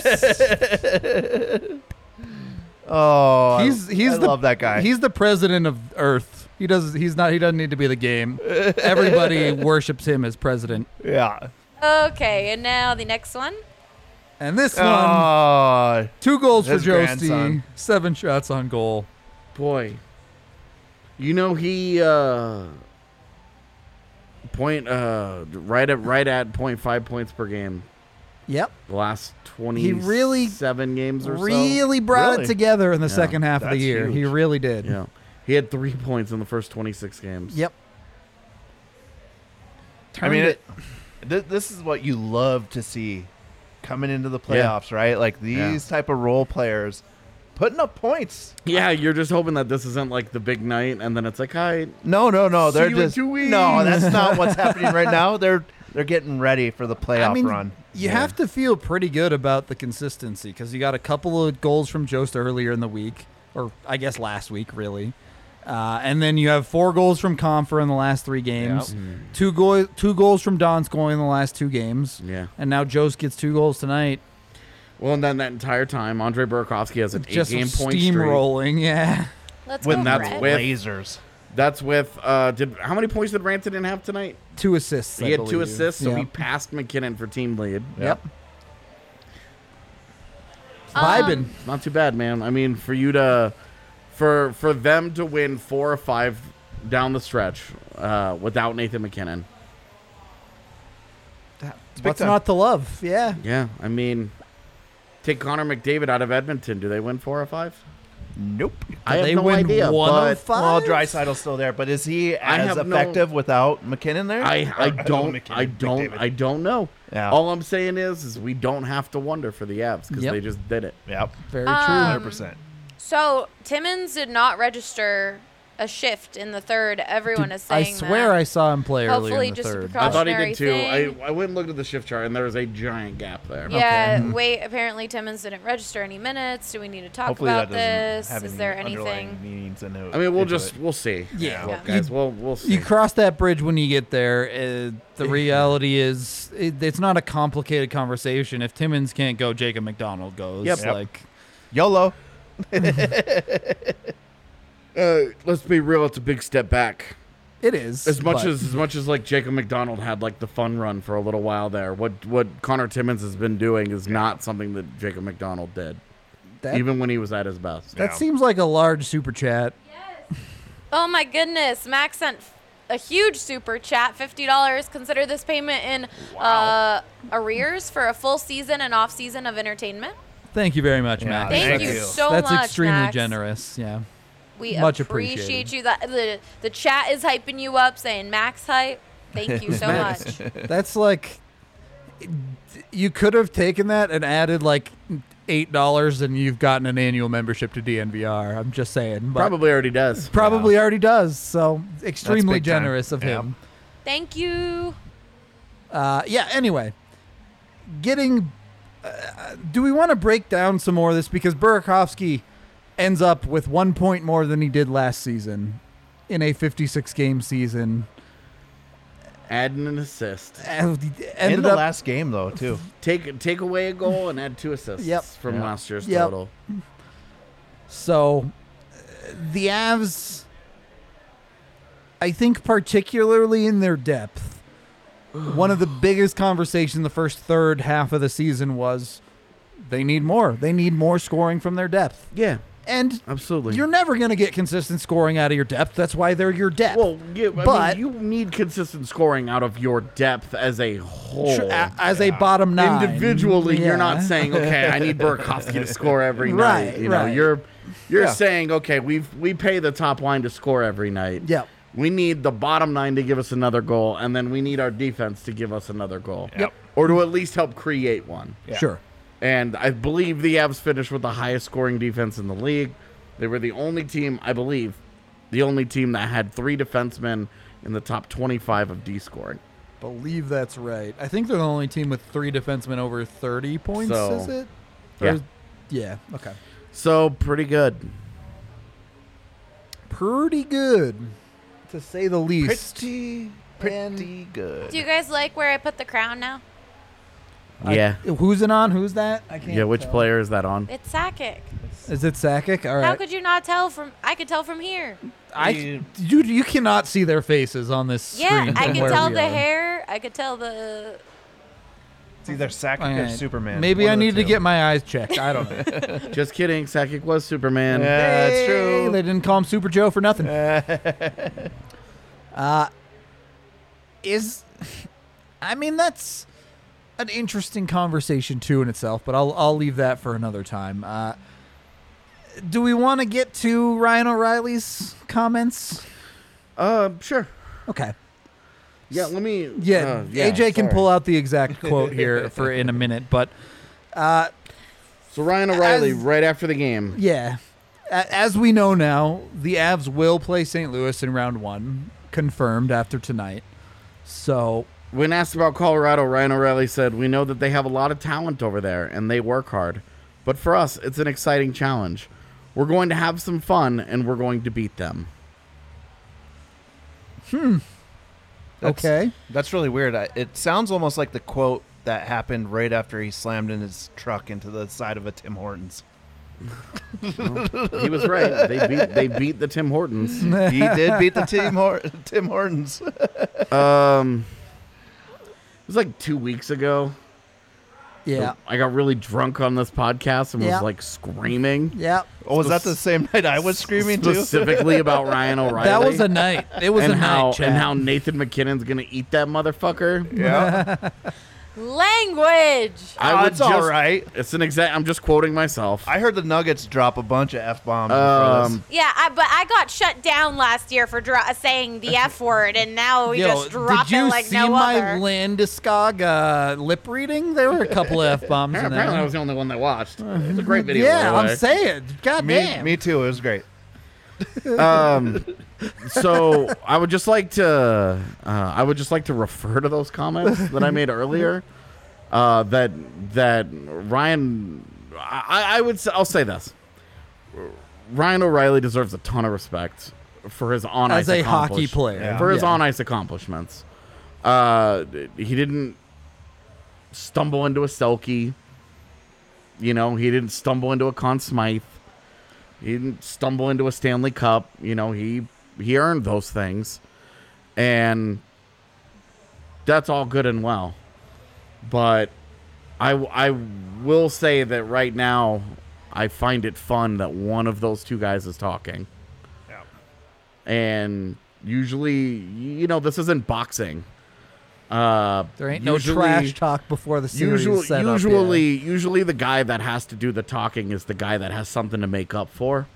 D: Oh, I-
A: he's he's
D: I
A: the
D: love that guy.
A: He's the president of Earth. He does. He's not. He doesn't need to be the game. Everybody worships him as president.
D: yeah.
C: Okay, and now the next one.
A: And this one,
D: Oh,
A: two goals for
D: his
A: Josty,
D: grandson.
A: seven shots on goal.
B: boy. You know he uh point uh right at right at point five points per game
A: Yep.
B: the last twenty
A: He really-
B: seven games or
A: really brought it
D: Really?
A: together in the second half of the
D: That's
A: year. He
D: huge.
A: really did.
B: so. Yeah. He had three points in the first twenty six games.
A: Yep.
D: I mean,
A: Turned
D: it, thi- this is what you love to see coming into the playoffs, right? Like these
B: Yeah.
D: type of role players putting up points.
B: Yeah, you're just hoping that this isn't like the big night and then it's like, hi,
D: No, no, no.
B: See
D: They're
B: you in
D: just
B: two weeks.
D: no. That's not what's happening right now. They're they're getting ready for the playoff
A: I mean,
D: run.
A: you have to feel pretty good about the consistency because you got a couple of goals from Jost earlier in the week, or I guess last week, really. Uh, and then you have four goals from Confer in the last three games,
B: Mm-hmm.
A: two go- two goals from Donskoy in the last two games,
B: Yeah.
A: and now Jost gets two goals tonight.
B: Well, and then that entire time, Andre Burakovsky has an
A: Just
B: eight-game point streak.
A: steamrolling, yeah.
C: Let's
B: When
C: go.
B: that's
C: Brett.
B: with-
D: Lasers.
B: That's with uh, did how many points did Rantanen have tonight?
A: Two assists. I
B: he had two
A: believe.
B: assists, so
A: Yeah.
B: he passed McKinnon for team lead.
A: Yep. Vibin.
B: Not too bad, man. I mean, for you to, for for them to win four or five down the stretch uh, without Nathan McKinnon.
A: What's not to love? Yeah.
B: Yeah, I mean, take Connor McDavid out of Edmonton. Do they win four or five?
D: Nope.
B: I have
A: Uh, they
B: no
A: win
B: idea.
A: one
B: but
A: of five.
D: Well, Drysidle's still there, but is he as
B: have no-
D: effective without McKinnon there?
B: I, I don't
D: McKinnon,
B: I don't
D: McDavid.
B: I don't know.
D: Yeah.
B: All I'm saying is is we don't have to wonder for the Avs because
A: Yep.
B: they just did it.
D: Yep.
A: Very
C: Um,
A: true.
D: Hundred percent.
C: So Timmons did not register a shift in the third. Everyone
A: Dude,
C: is
A: I
C: saying.
A: swear
C: that.
A: I saw him play earlier
C: Hopefully
A: in the
C: just a
A: third.
C: precaution.
B: I thought he
C: Cautionary
B: did too. I,
C: thing.
B: I went and looked at the shift chart, and there was a giant gap there.
C: Yeah,
A: Hmm.
C: wait. Apparently, Timmons didn't register any minutes. Do we need to talk
D: Hopefully
C: about
D: that doesn't
C: this?
D: have
C: Is
D: any
C: there
D: underlying
C: anything?
D: meanings into it-
B: I mean, we'll
D: into
B: just
D: it.
B: we'll see.
A: Yeah.
B: Well,
A: Yeah.
B: guys, we'll we'll see.
A: You cross that bridge when you get there. Uh, the reality is, it, it's not a complicated conversation. If Timmons can't go, Jacob McDonald goes.
B: Yep.
D: Yep.
A: Like,
D: YOLO.
B: uh, let's be real; it's a big step back.
A: it is.
B: As much
A: but-
B: as as much as like Jacob McDonald had like the fun run for a little while there. What what Connor Timmins has been doing is not something that Jacob McDonald did,
A: that,
B: even when he was at his best.
A: that seems like a large super chat.
C: Oh my goodness, Max sent f- a huge super chat, fifty dollars. Consider this payment in uh, arrears for a full season and off season of entertainment.
A: Thank you very much,
D: Yeah,
A: Max.
C: Thank,
D: Thank
C: you
D: you.
C: so
A: That's
C: much.
A: extremely
C: Max.
A: generous. Yeah.
C: We
A: Much appreciated.
C: appreciate you. That the the chat is hyping you up, saying Max hype. Thank you so
B: Max.
C: much.
A: That's like you could have taken that and added like eight dollars, and you've gotten an annual membership to DNVR. I'm just saying, but
B: Probably already does.
A: probably already does. So extremely
D: big time.
A: generous of
D: Yeah.
A: him.
C: Thank you.
A: Uh, yeah. Anyway, getting. Uh, do we want to break down some more of this because Burakovsky ends up with one point more than he did last season in a 56 game season.
B: Adding an assist.
A: And he Ended
D: in the
A: up
D: last game though too.
B: Take take away a goal and add two assists
A: Yep.
B: from
D: Yeah.
B: last year's
A: Yep.
B: total.
A: So uh, the Avs, I think, particularly in their depth, one of the biggest conversations in the first third half of the season was they need more. They need more scoring from their depth.
B: Yeah,
A: And
B: absolutely.
A: you're never going to get consistent scoring out of your depth. That's why they're your depth.
B: well, yeah, I
A: but-
B: mean, you need consistent scoring out of your depth as a whole.
A: Tr- a- as a bottom nine.
B: Individually, you're not
A: Yeah.
B: saying, "Okay, I need Burakovsky to score every
A: Right,
B: night." You know,
A: right.
B: you're you're
D: Yeah.
B: saying, "Okay, we we pay the top line to score every night."
A: Yep.
B: We need the bottom nine to give us another goal, and then we need our defense to give us another goal,
D: Yep.
B: or to at least help create one.
A: Sure.
B: And I believe the Avs finished with the highest scoring defense in the league. They were the only team, I believe, the only team that had three defensemen in the top 25 of D scoring.
A: Believe that's right. I think they're the only team with three defensemen over 30 points,
B: So,
A: is it?
B: yeah.
A: Or- yeah. Okay.
B: So pretty good.
A: pretty good, to say the least.
D: Pretty pretty good.
C: Do you guys like where I put the crown now?
B: yeah.
A: Who's it on? Who's that? I can't.
B: Yeah. Which
A: tell.
B: player is that on?
C: It's Sakic.
A: Is it Sakic? All
C: How
A: right.
C: could you not tell from? I could tell from here.
A: I
D: you-
A: you you cannot see their faces on this
C: Yeah,
A: screen.
C: I
A: from
C: could
A: where
C: tell
A: we
C: the
A: are.
C: hair. I could tell the.
D: It's either Sakic
A: All
D: or
A: right.
D: Superman.
A: Maybe
D: One
A: I
D: of the
A: need to
D: two.
A: get my eyes checked. I don't know.
B: Just kidding. Sakic was Superman.
D: Yeah, that's
A: Hey,
D: true.
A: They didn't call him Super Joe for nothing. uh, is I mean that's an interesting conversation too in itself, but I'll I'll leave that for another time. Uh, do we want to get to Ryan O'Reilly's comments?
B: Uh, sure.
A: Okay.
B: Yeah. Let me.
A: Yeah,
B: uh, yeah,
A: AJ can
B: sorry.
A: pull out the exact quote here for in a minute, but
B: So Ryan O'Reilly,
A: As-
B: right after the game.
A: Yeah. A- As we know now, the Avs will play St. Louis in round one, confirmed after tonight. So,
B: When asked about Colorado, Ryan O'Reilly said, We know that they have a lot of talent over there and they work hard. But for us, it's an exciting challenge. We're going to have some fun and we're going to beat them.
D: That's-
A: okay.
D: That's really weird. I, it sounds almost like the quote that happened right after he slammed in his truck into the side of a Tim Hortons.
B: He was right. They beat they beat the Tim Hortons.
D: He did beat the Tim, Hor- Tim Hortons.
B: Um It was like two weeks ago.
A: Yeah.
B: I got really drunk on this podcast and
A: Yeah.
B: was like screaming.
A: Yeah.
D: Oh, was that the same night I was screaming too?
B: Specifically about Ryan O'Reilly.
A: That was a night. It was
B: and
A: a
B: how
A: night. Chad.
B: and how Nathan McKinnon's gonna eat that motherfucker.
D: Yeah.
C: Language.
D: Oh,
B: would
D: it's all right.
B: It's an exact. I'm just quoting myself.
D: I heard the Nuggets drop a bunch of f bombs.
B: um,
C: Yeah, I, but I got shut down last year for dro- saying the F word, and now we
A: Yo,
C: just drop
A: did you
C: it like
A: see
C: no
A: my
C: other.
A: Landeskog uh, lip reading? There were a couple of f bombs in
B: apparently, I
A: there.
B: was the only one that Uh, watched. It's a great video.
A: Yeah,
B: by the
A: I'm saying. God
D: me,
A: damn.
D: me too. It was great.
B: way. So I would just like to, uh, I would just like to refer to those comments that I made earlier. Uh, that that Ryan, I, I- I would, s- I'll say this. Ryan O'Reilly deserves a ton of respect for his on
A: As a hockey player.
D: Yeah.
B: for his
A: Yeah.
B: on ice accomplishments. Uh, he didn't stumble into a Selkie. You know, he didn't stumble into a Conn Smythe. He didn't stumble into a Stanley Cup. You know, he he earned those things, and that's all good and well. But I w- I will say that right now, I find it fun that one of those two guys is talking and usually you know this isn't boxing Uh,
A: There ain't
B: usually-
A: no trash talk before the series
B: usual-
A: set up yet.
B: usually, usually the guy that has to do the talking is the guy that has something to make up for.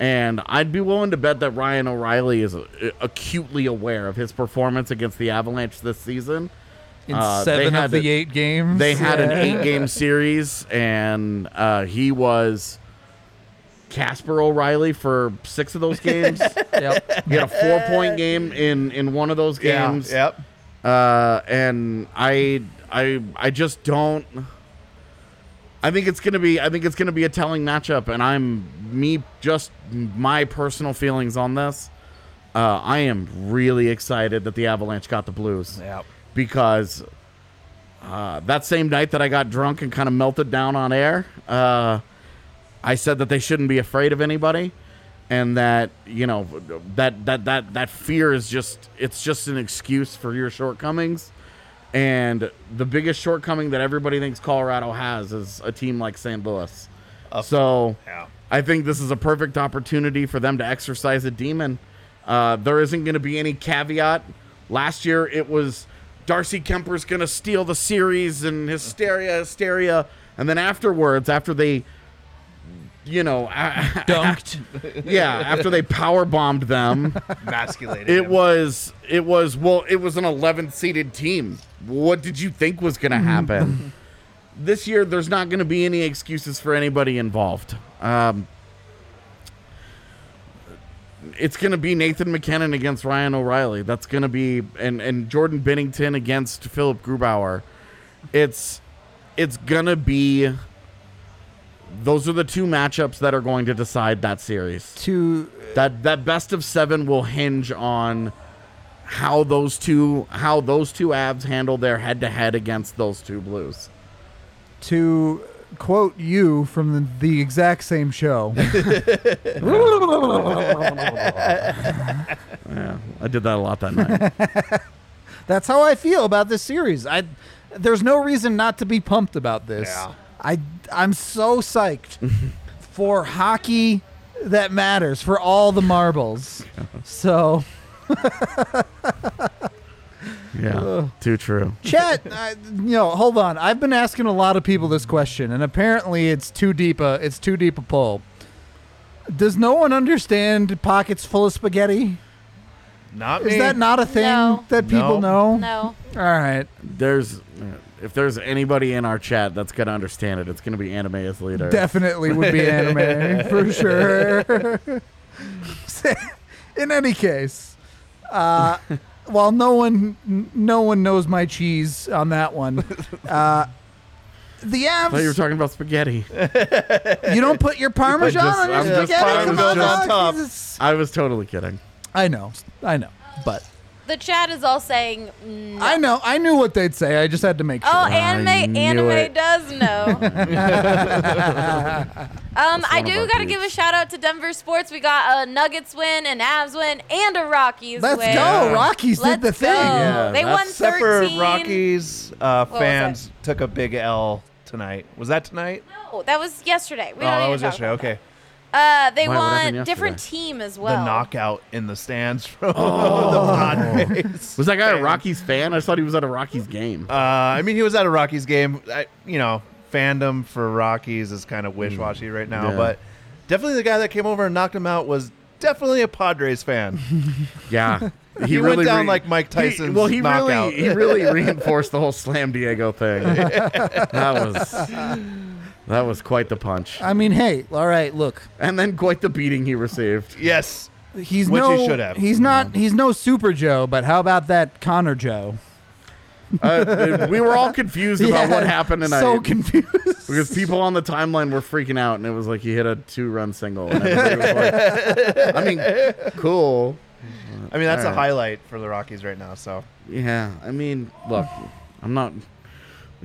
B: And I'd be willing to bet that Ryan O'Reilly is uh, acutely aware of his performance against the Avalanche this season.
A: in
B: uh, they
A: seven
B: had
A: of the
B: to-
A: eight games.
B: They had an
A: Yeah.
B: eight-game series, and uh, he was Casper O'Reilly for six of those games.
A: Yep.
B: he had a four-point game in in one of those
D: Yeah,
B: games.
D: Yep.
B: Uh, and I I I just don't. I think it's gonna be I think it's gonna be a telling matchup, and I'm me just my personal feelings on this. Uh, I am really excited that the Avalanche got the Blues
D: Yep.
B: because uh, that same night that I got drunk and kind of melted down on air, uh, I said that they shouldn't be afraid of anybody, and that you know that that that that fear is just it's just an excuse for your shortcomings. And the biggest shortcoming that everybody thinks Colorado has is a team like St. Louis. so
D: Yeah.
B: I think this is a perfect opportunity for them to exercise a demon. Uh, there isn't going to be any caveat. Last year, it was Darcy Kemper's going to steal the series and hysteria, hysteria. And then afterwards, after they, you know, a-
A: dunked.
B: yeah, after they power bombed them,
D: Masculated.
B: it was it was well it was an 11th seeded team what did you think was going to happen this year there's not going to be any excuses for anybody involved um, it's going to be nathan mckinnon against ryan o'reilly that's going to be and, and jordan bennington against philip grubauer it's it's going to be those are the two matchups that are going to decide that series
A: to
B: that that best of seven will hinge on how those two how those two abs handle their head to head against those two blues.
A: to quote you from the, the exact same show.
B: I did that a lot that night.
A: That's how I feel about this series. I there's no reason not to be pumped about this.
D: Yeah.
A: I I'm so psyched for hockey that matters for all the marbles. So,
B: yeah, too true.
A: Chet, I, you know, hold on. I've been asking a lot of people this question, and apparently it's too deep a it's too deep a pull. Does no one understand pockets full of spaghetti?
D: not
A: Is
D: me.
A: that not a thing
C: No.
A: that people know?
D: No.
C: No.
A: All right.
B: There's if there's anybody in our chat that's gonna understand it, it's gonna be anime as leader.
A: definitely would be anime for sure. In any case, uh, while no one n- no one knows my cheese on that one, uh, the
B: I thought you were
A: Avs
B: talking about spaghetti.
A: you, don't put your parmesan
B: just-
A: on your
B: I'm just
A: spaghetti. Come on,
B: parmesan
D: on
A: dog.
D: top.
A: Jesus.
B: I was totally kidding.
A: I know, I know, but
C: The chat is all saying no.
A: I know I knew what they'd say. I just had to make sure.
C: Oh,
B: I
C: anime
B: knew
C: anime
B: it.
C: does know. um, I
B: one of
C: do
B: our
C: got to
B: dudes.
C: give a shout out to Denver Sports. We got a Nuggets win, an Avs win, and a Rockies
A: Let's
C: win.
A: go. Rockies
C: Let's
A: did the
C: go.
A: thing.
B: Yeah,
C: they won
B: that's-
D: Except for
C: 13.
D: Rockies uh,
C: was
D: fans took a big L tonight. Was that tonight?
C: No, that was yesterday. We
D: oh,
C: don't
D: that
C: even
D: was
C: talk
D: yesterday.
C: about
D: Okay.
C: that. Uh, they
B: Why, what
C: won
B: happened
C: a different team as well.
D: The knockout in the stands from the Padres.
B: Oh. Was that guy a Rockies fan? I thought he was at a Rockies game.
D: Uh, I mean, he was at a Rockies game. I, you know, fandom for Rockies is kind of wish-washy right now,
B: Yeah.
D: but definitely the guy that came over and knocked him out was definitely a Padres fan.
B: Yeah. He,
D: went down like Mike Tyson's
B: well, he
D: knockout.
B: really he really reinforced the whole Slam Diego thing. that was that was quite the punch,
A: I mean, hey, all right, look.
B: and then quite the beating he received.
D: yes.
A: He's
D: Which
A: no
D: he should have.
A: he's not he's no super Joe, but how about that Connor Joe?
B: Uh, we were all confused about
A: Yeah,
B: what happened tonight
A: So confused.
B: because people on the timeline were freaking out, and it was like he hit a two-run single. And everybody was like, I mean, cool.
D: I mean, that's
B: All
D: a
B: right.
D: highlight for the Rockies right now. So
B: Yeah, I mean, look, I'm not.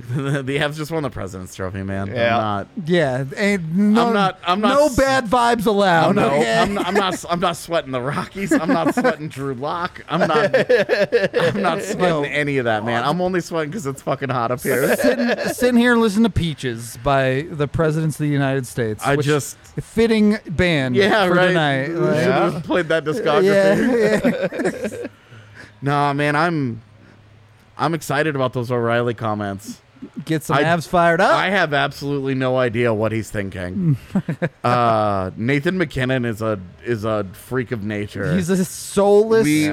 B: the Avs just won the President's Trophy, man.
D: Yeah.
B: I'm not.
A: yeah, ain't no,
B: I'm not- I'm not
A: no
B: s-
A: bad vibes allowed.
B: no,
A: okay?
B: I'm, I'm not. I'm not sweating the Rockies. I'm not sweating Drew Lock. I'm not. I'm not sweating any of that, man. I'm only sweating because it's fucking hot up here.
A: sitting, sitting here listening to Peaches by the presidents of the United States.
B: I
A: which-
B: just-
A: fitting band
B: Yeah,
A: for
B: right.
A: tonight. like-
B: Should have played that discography.
A: yeah, yeah.
B: Nah, man. I'm. I'm excited about those O'Reilly comments.
A: Get some
B: I-
A: abs fired up.
B: I have absolutely no idea what he's thinking. uh, Nathan McKinnon is a is a freak of nature.
A: He's a soulless
B: We-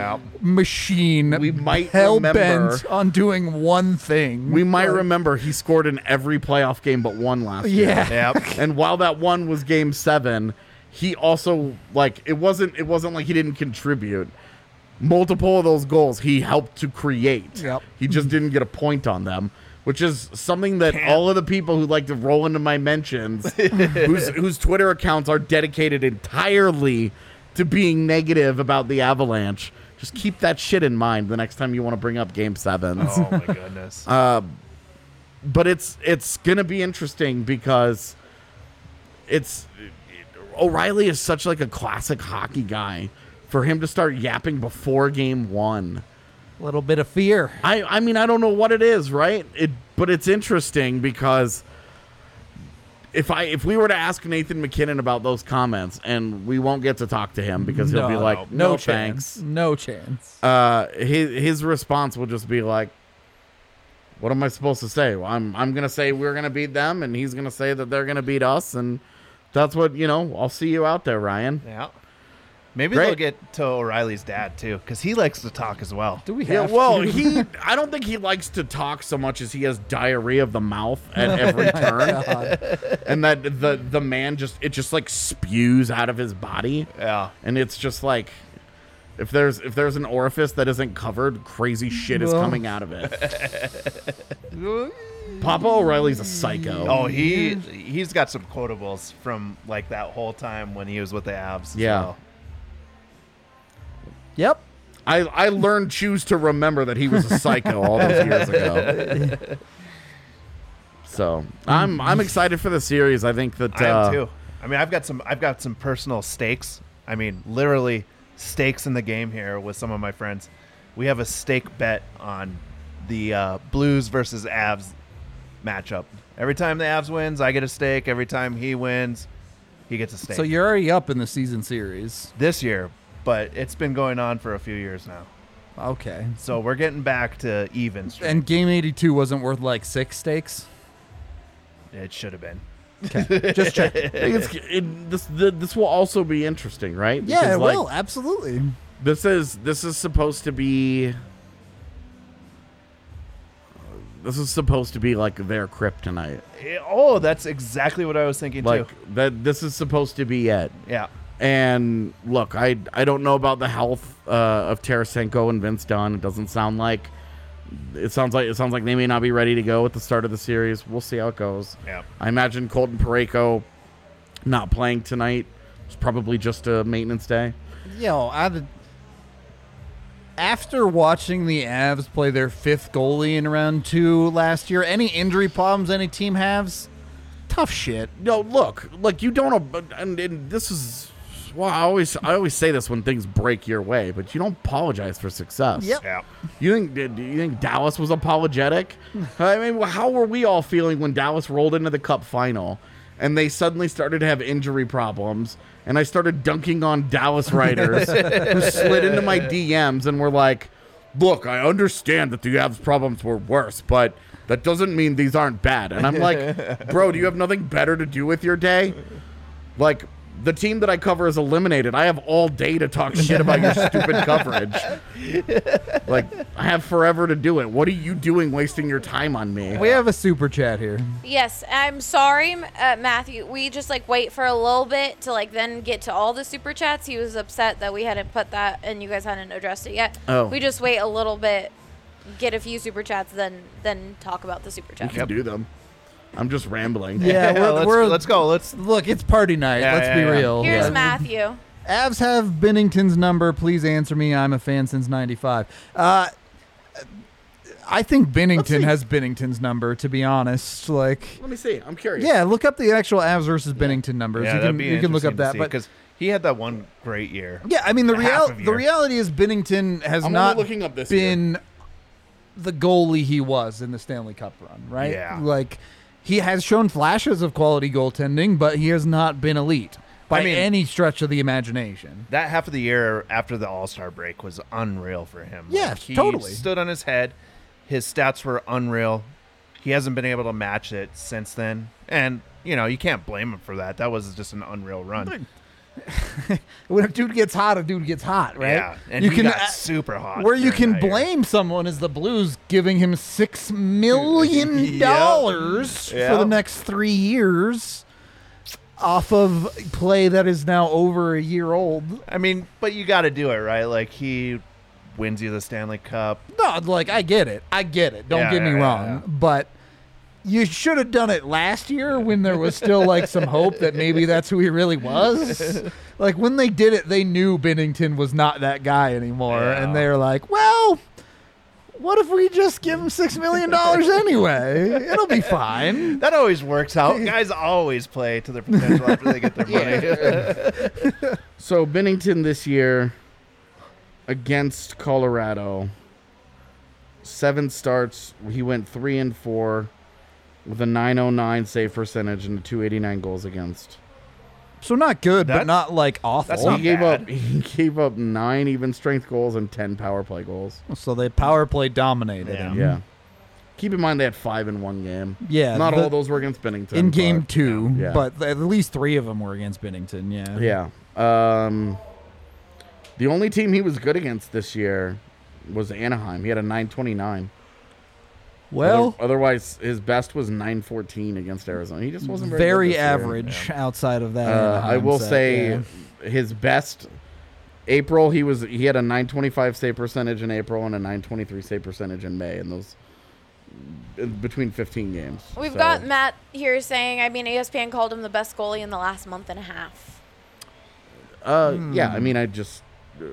A: machine.
B: We might
A: hell
B: remember-
A: bent on doing one thing.
B: we might
A: Like,
B: remember he scored in every playoff game but one last year.
A: Yeah.
D: Yep.
B: and while that one was game seven he also like it wasn't it wasn't like he didn't contribute multiple of those goals he helped to create
A: Yep.
B: he just didn't get a point on them which is something that all of the people who like to roll into my mentions whose, whose twitter accounts are dedicated entirely to being negative about the avalanche just keep that shit in mind the next time you want to bring up game sevens
D: Oh my goodness.
B: but it's it's gonna be interesting because it's O'Reilly is such like a classic hockey guy for him to start yapping before game one.
A: little bit of fear.
B: I I mean I don't know what it is, right? It but it's interesting because if I if we were to ask Nathan McKinnon about those comments and we won't get to talk to him because he'll be like no, thanks.
A: chance. No chance.
B: Uh, his his response will just be like what am I supposed to say? Well, I'm I'm gonna say we're gonna beat them, and he's gonna say that they're gonna beat us, and that's what you know. I'll see you out there, Ryan.
D: yeah. Maybe
B: Great.
D: they'll get to O'Reilly's dad too, because he likes to talk as well.
A: Do we
B: Yeah,
A: have?
B: well,
A: to?
B: he I don't think he likes to talk so much as he has diarrhea of the mouth at every turn,
A: God.
B: and that the the man just it just like spews out of his body,
D: Yeah.
B: and it's just like. If there's if there's an orifice that isn't covered, crazy shit is
A: Well.
B: coming out of it. Papa O'Reilly's a psycho.
D: Oh, he he's got some quotables from like that whole time when he was with the Abs. as
B: Yeah.
D: well.
A: yep.
B: I, I learned choose to remember that he was a psycho all those years ago. So I'm I'm excited for the series. I think that
D: I
B: uh,
D: am too. I mean, I've got some I've got some personal stakes. I mean, literally stakes in the game here with some of my friends. We have a stake bet on the uh, Blues versus Avs matchup. Every time the Avs wins, I get a stake. Every time he wins, he gets a stake.
A: So you're already up in the season series.
D: this year, but it's been going on for a few years now.
A: Okay.
D: So we're getting back to even. strength.
A: And game 82 wasn't worth like six stakes.
D: It should have been.
A: Just check.
B: I think it's, it, this the, this will also be interesting, right?
A: yeah,
B: Because,
A: it
B: like,
A: will absolutely.
B: This is this is supposed to be this is supposed to be like their kryptonite.
D: Eh, oh, that's exactly what I was thinking
B: Like
D: too.
B: that this is supposed to be it.
D: Yeah.
B: And look, I I don't know about the health uh, of Tarasenko and Vince Dunn. It doesn't sound like it sounds like it sounds like they may not be ready to go at the start of the series. We'll see how it goes.
D: Yeah.
B: I imagine Colton Pareko not playing tonight. It's probably just a maintenance day.
A: Yo, I. After watching the Avs play their fifth goalie in round two last year, any injury problems any team has, tough shit.
B: No, look, look, you don't. ab- And, and this is well, I always I always say this when things break your way, but you don't apologize for success.
A: Yep.
D: Yeah.
B: You think did you think Dallas was apologetic? I mean, well, how were we all feeling when Dallas rolled into the Cup final and they suddenly started to have injury problems? And I started dunking on Dallas writers who slid into my DMs and were like, "Look, I understand that the Avs problems were worse, but." That doesn't mean these aren't bad. And I'm like, bro, do you have nothing better to do with your day? Like, the team that I cover is eliminated. I have all day to talk shit about your stupid coverage. Like, I have forever to do it. What are you doing wasting your time on me?
A: We have a super chat here.
C: Yes, I'm sorry, M- uh, Matthew. We just like wait for a little bit to like then get to all the super chats. He was upset that we hadn't put that and you guys hadn't addressed it yet.
B: Oh.
C: We just wait a little bit, get a few super chats, then then talk about the super
B: You
C: chats.
B: can do them. I'm just rambling.
A: Yeah, we're,
D: let's,
A: we're
D: let's go. Let's
A: Look, it's party night.
D: Yeah,
A: let's
D: yeah,
A: be
D: yeah.
A: real.
C: Here's
A: Yeah.
C: Matthew.
A: Avs have Bennington's number. Please answer me. I'm a fan since '95. Uh, I think Bennington
B: see.
A: has Bennington's number. To be honest, like,
B: Let me see. I'm curious.
A: yeah, look up the actual Avs versus Bennington numbers.
D: Yeah,
A: you
D: that'd
A: can
D: be
A: you can look up that. But
D: because he had that one great year.
A: yeah, I mean the
D: half
A: real
D: of
A: the
D: year.
A: reality is Bennington has
B: I'm only
A: not
B: looking up this
A: been the goalie he was in the Stanley Cup run, right?
D: Yeah.
A: like he has shown flashes of quality goaltending, but he has not been elite by
D: mean-
A: any stretch of the imagination.
D: That half of the year after the All Star break was unreal for him.
A: Yeah,
D: he
A: totally.
D: stood on his head. His stats were unreal. He hasn't been able to match it since then. And, you know, you can't blame him for that. That was just an unreal run.
A: When a dude gets hot, a dude gets hot, right?
D: Yeah. And
A: you
D: he
A: can
D: got
A: uh,
D: super hot.
A: where you
D: during
A: can
D: that year.
A: blame someone is the Blues giving him six million dollars for the
D: Yep.
A: next three years off of play that is now over a year old.
D: I mean, but you got to do it, right? Like, he wins you the Stanley Cup.
A: No, like I get it, I get it. Don't
D: Yeah,
A: get me
D: yeah, yeah,
A: wrong,
D: yeah.
A: but you should have done it last year when there was still like some hope that maybe that's who he really was. Like when they did it, they knew Bennington was not that guy anymore, and
D: Yeah.
A: they were like, well. What if we just give him six million dollars anyway? It'll be fine.
D: That always works out. Guys always play to their potential after they get their money.
B: So Bennington this year against Colorado, seven starts. He went three and four with a 909 save percentage and a 289 goals against.
A: So not good, but
D: That-
A: not like awful.
D: that's not
B: he gave
D: bad.
B: up he gave up nine even strength goals and 10 power play goals.
A: so they power play dominated
D: Yeah.
A: him.
B: Yeah. Keep in mind they had five in one game.
A: Yeah,
B: Not
A: the-
B: all those were against Bennington.
A: in game
B: but-
A: two,
B: Yeah.
A: but at least three of them were against Bennington. Yeah,
B: Yeah. Um, the only team he was good against this year was Anaheim. He had a 929.
A: Well,
B: Other- otherwise, his best was 914 against Arizona. He just wasn't very, good
A: very
B: this year.
A: average outside of that.
B: Uh, I
A: Anaheim
B: will
A: set,
B: say
A: yeah.
B: his best April he was he had a 925 save percentage in April and a 923 save percentage in May and those in between 15 games.
C: We've
B: So,
C: got Matt here saying, I mean, E ESPN called him the best goalie in the last month and a half.
B: uh yeah, I mean I just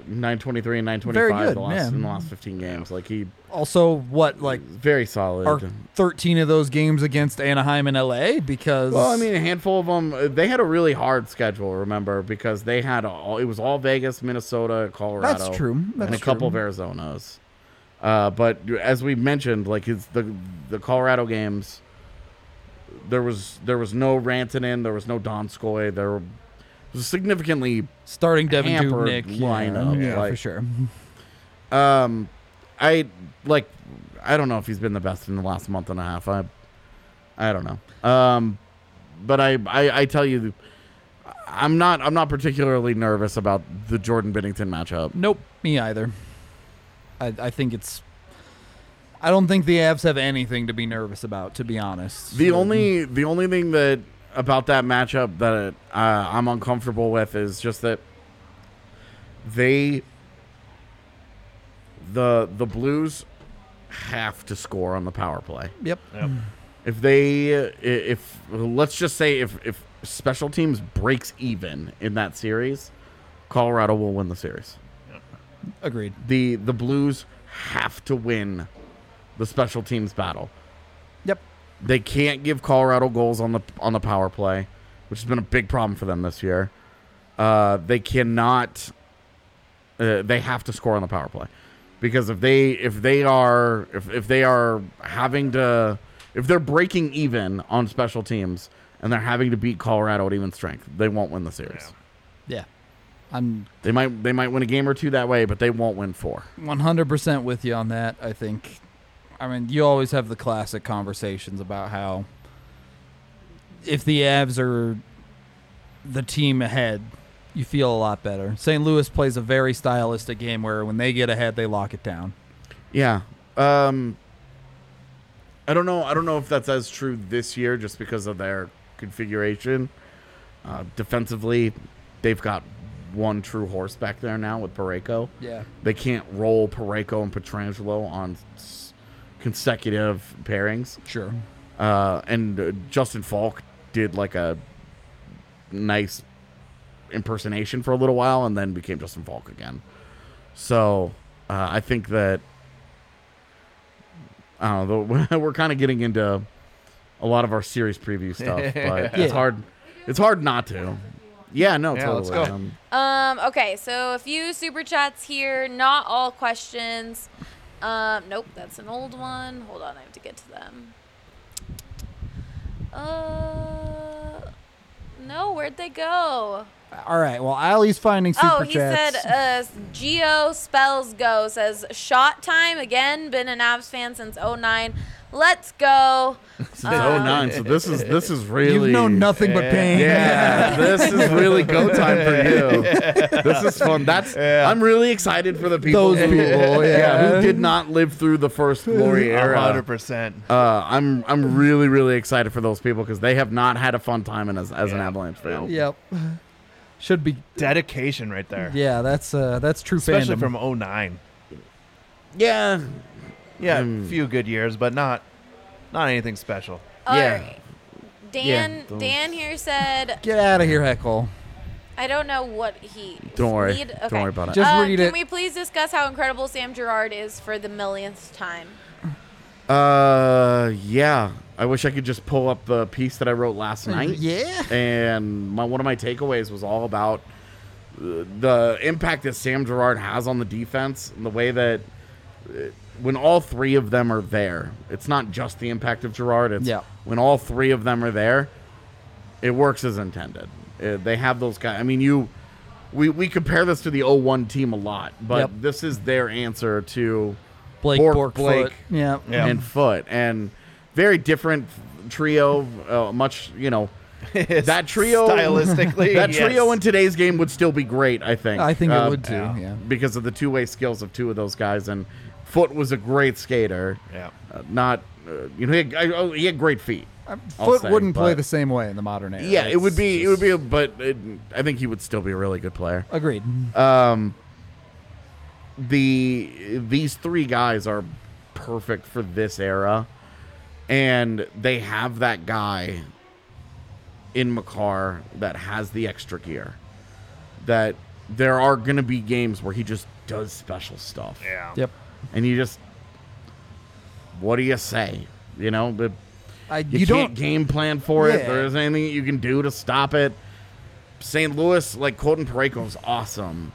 B: 923 and 925
A: Hmm. good,
B: the last,
A: yeah.
B: in the last 15 games like he
A: also what like
B: very solid.
A: are thirteen of those games against Anaheim and LA because
B: Well, I mean, a handful of them. They had a really hard schedule, remember, because they had all. It was all Vegas, Minnesota, Colorado.
A: That's true.
B: and a
A: That's
B: couple of
A: true.
B: Arizonas. Uh, but as we mentioned, like his the the Colorado games, there was there was no Rantanen, there was no Donskoy, there was a significantly
A: starting Devin
B: hampered
A: Dubnik yeah,
B: lineup,
A: yeah,
B: like-
A: for sure.
B: um, I like. I don't know if he's been the best in the last month and a half. I, I don't know. Um, but I, I, I tell you, I'm not. I'm not particularly nervous about the Jordan Bennington matchup.
A: Nope, me either. I, I think it's. I don't think the Avs have anything to be nervous about, to be honest.
B: The only, the only thing that about that matchup that uh, I'm uncomfortable with is just that they, the the Blues, have to score on the power play.
A: Yep.
B: if they if let's just say if if special teams breaks even in that series colorado will win the series
A: Agreed.
B: the the blues have to win the special teams battle
A: Yep.
B: they can't give colorado goals on the on the power play which has been a big problem for them this year uh they cannot uh, they have to score on the power play because if they if they are if, if they are having to if they're breaking even on special teams and they're having to beat Colorado at even strength, they won't win the series.
A: Yeah. I'm
B: They might they might win a game or two that way, but they won't win four.
A: 100% with you on that. I think, I mean, you always have the classic conversations about how if the Avs are the team ahead, you feel a lot better. St. Louis plays a very stylistic game where when they get ahead, they lock it down.
B: Yeah. Um I don't know. I don't know if that's as true this year just because of their configuration. Uh, defensively, they've got one true horse back there now with Pareko.
A: Yeah.
B: they can't roll Pareko and Petrangelo on s- consecutive pairings.
A: Sure.
B: Uh, and uh, Justin Falk did like a nice impersonation for a little while and then became Justin Falk again. So uh, I think that I don't know. We're kind of getting into a lot of our series preview stuff, but
A: Yeah.
B: it's hard. It's hard not to. Yeah, no,
D: Yeah, let's
B: totally.
D: go.
B: Um,
C: Um, okay, so a few super chats here. Not all questions. Um, nope, that's an old one. Hold on, I have to get to them. Uh, no, where'd they go?
A: All right. Well, Ali's finding super
C: Oh, he
A: chats.
C: said uh, Geo Spells Go says shot time again. Been an Avs fan since 09. Let's go.
B: Since oh nine, so this is this is really
A: You've known nothing but pain.
B: Yeah, this is really go time for you. This is fun. That's I'm really excited for the people.
A: Those people, yeah.
B: who did not live through the first glory
D: hundred
B: era.
D: percent.
B: Uh, I'm I'm really really excited for those people because they have not had a fun time in as, as an Avalanche fan.
A: Yep. Should be.
D: Dedication right there,
A: Yeah, that's uh, that's true
D: especially
A: fandom.
D: from 09.
B: Yeah,
D: Yeah,
B: Mm.
D: a few good years, but not not anything special.
C: All
B: Yeah.
C: right. Dan
B: those-
C: Dan here said
A: Get out of here, Heckle.
C: I don't know what he
B: Don't worry.
C: need-
B: Don't
C: okay.
B: worry about it.
A: Just
C: Uh,
A: read
C: can
A: it.
C: we please discuss how incredible Sam Gerard is for the millionth time?
B: Uh, yeah. I wish I could just pull up the piece that I wrote last night.
A: Yeah.
B: And my one of my takeaways was all about uh, the impact that Sam Gerard has on the defense and the way that uh, when all three of them are there, it's not just the impact of Gerard. It's
A: Yeah.
B: when all three of them are there, it works as intended. Uh, they have those guys. I mean, you. We, we compare this to the 01 team a lot, but
A: Yep.
B: this is their answer to
A: Blake
B: Bork,
A: Borkfoot.
B: Blake.
A: Yeah.
D: Yeah.
B: and Foot, and very different trio. Uh, much you know that trio
D: Stylistically,
B: That
D: yes.
B: trio in today's game would still be great. I think.
A: I think
B: Uh,
A: it would too. Yeah.
B: because of the two-way skills of two of those guys, and Foot was a great skater.
D: Yeah.
B: Uh, not uh, you know he had, I- oh, he had great feet. I'll
A: Foot
B: say,
A: wouldn't play
B: but-
A: the same way in the modern era.
B: Yeah, it would
A: It's
B: be it would
A: just-
B: be, but it, I think he would still be a Uh, really good player.
A: agreed.
B: the these three guys are perfect for this era and they have that guy in Makar that has the extra gear that there are going to be games where he just does special stuff
D: Yeah.
A: Yep.
B: and you just what do you say you know but
A: I,
B: you,
A: you, don't.
B: can't game plan for it.
A: Yeah.
B: There isn't anything you can do to stop it. St. Louis, like Colton Pareko's awesome,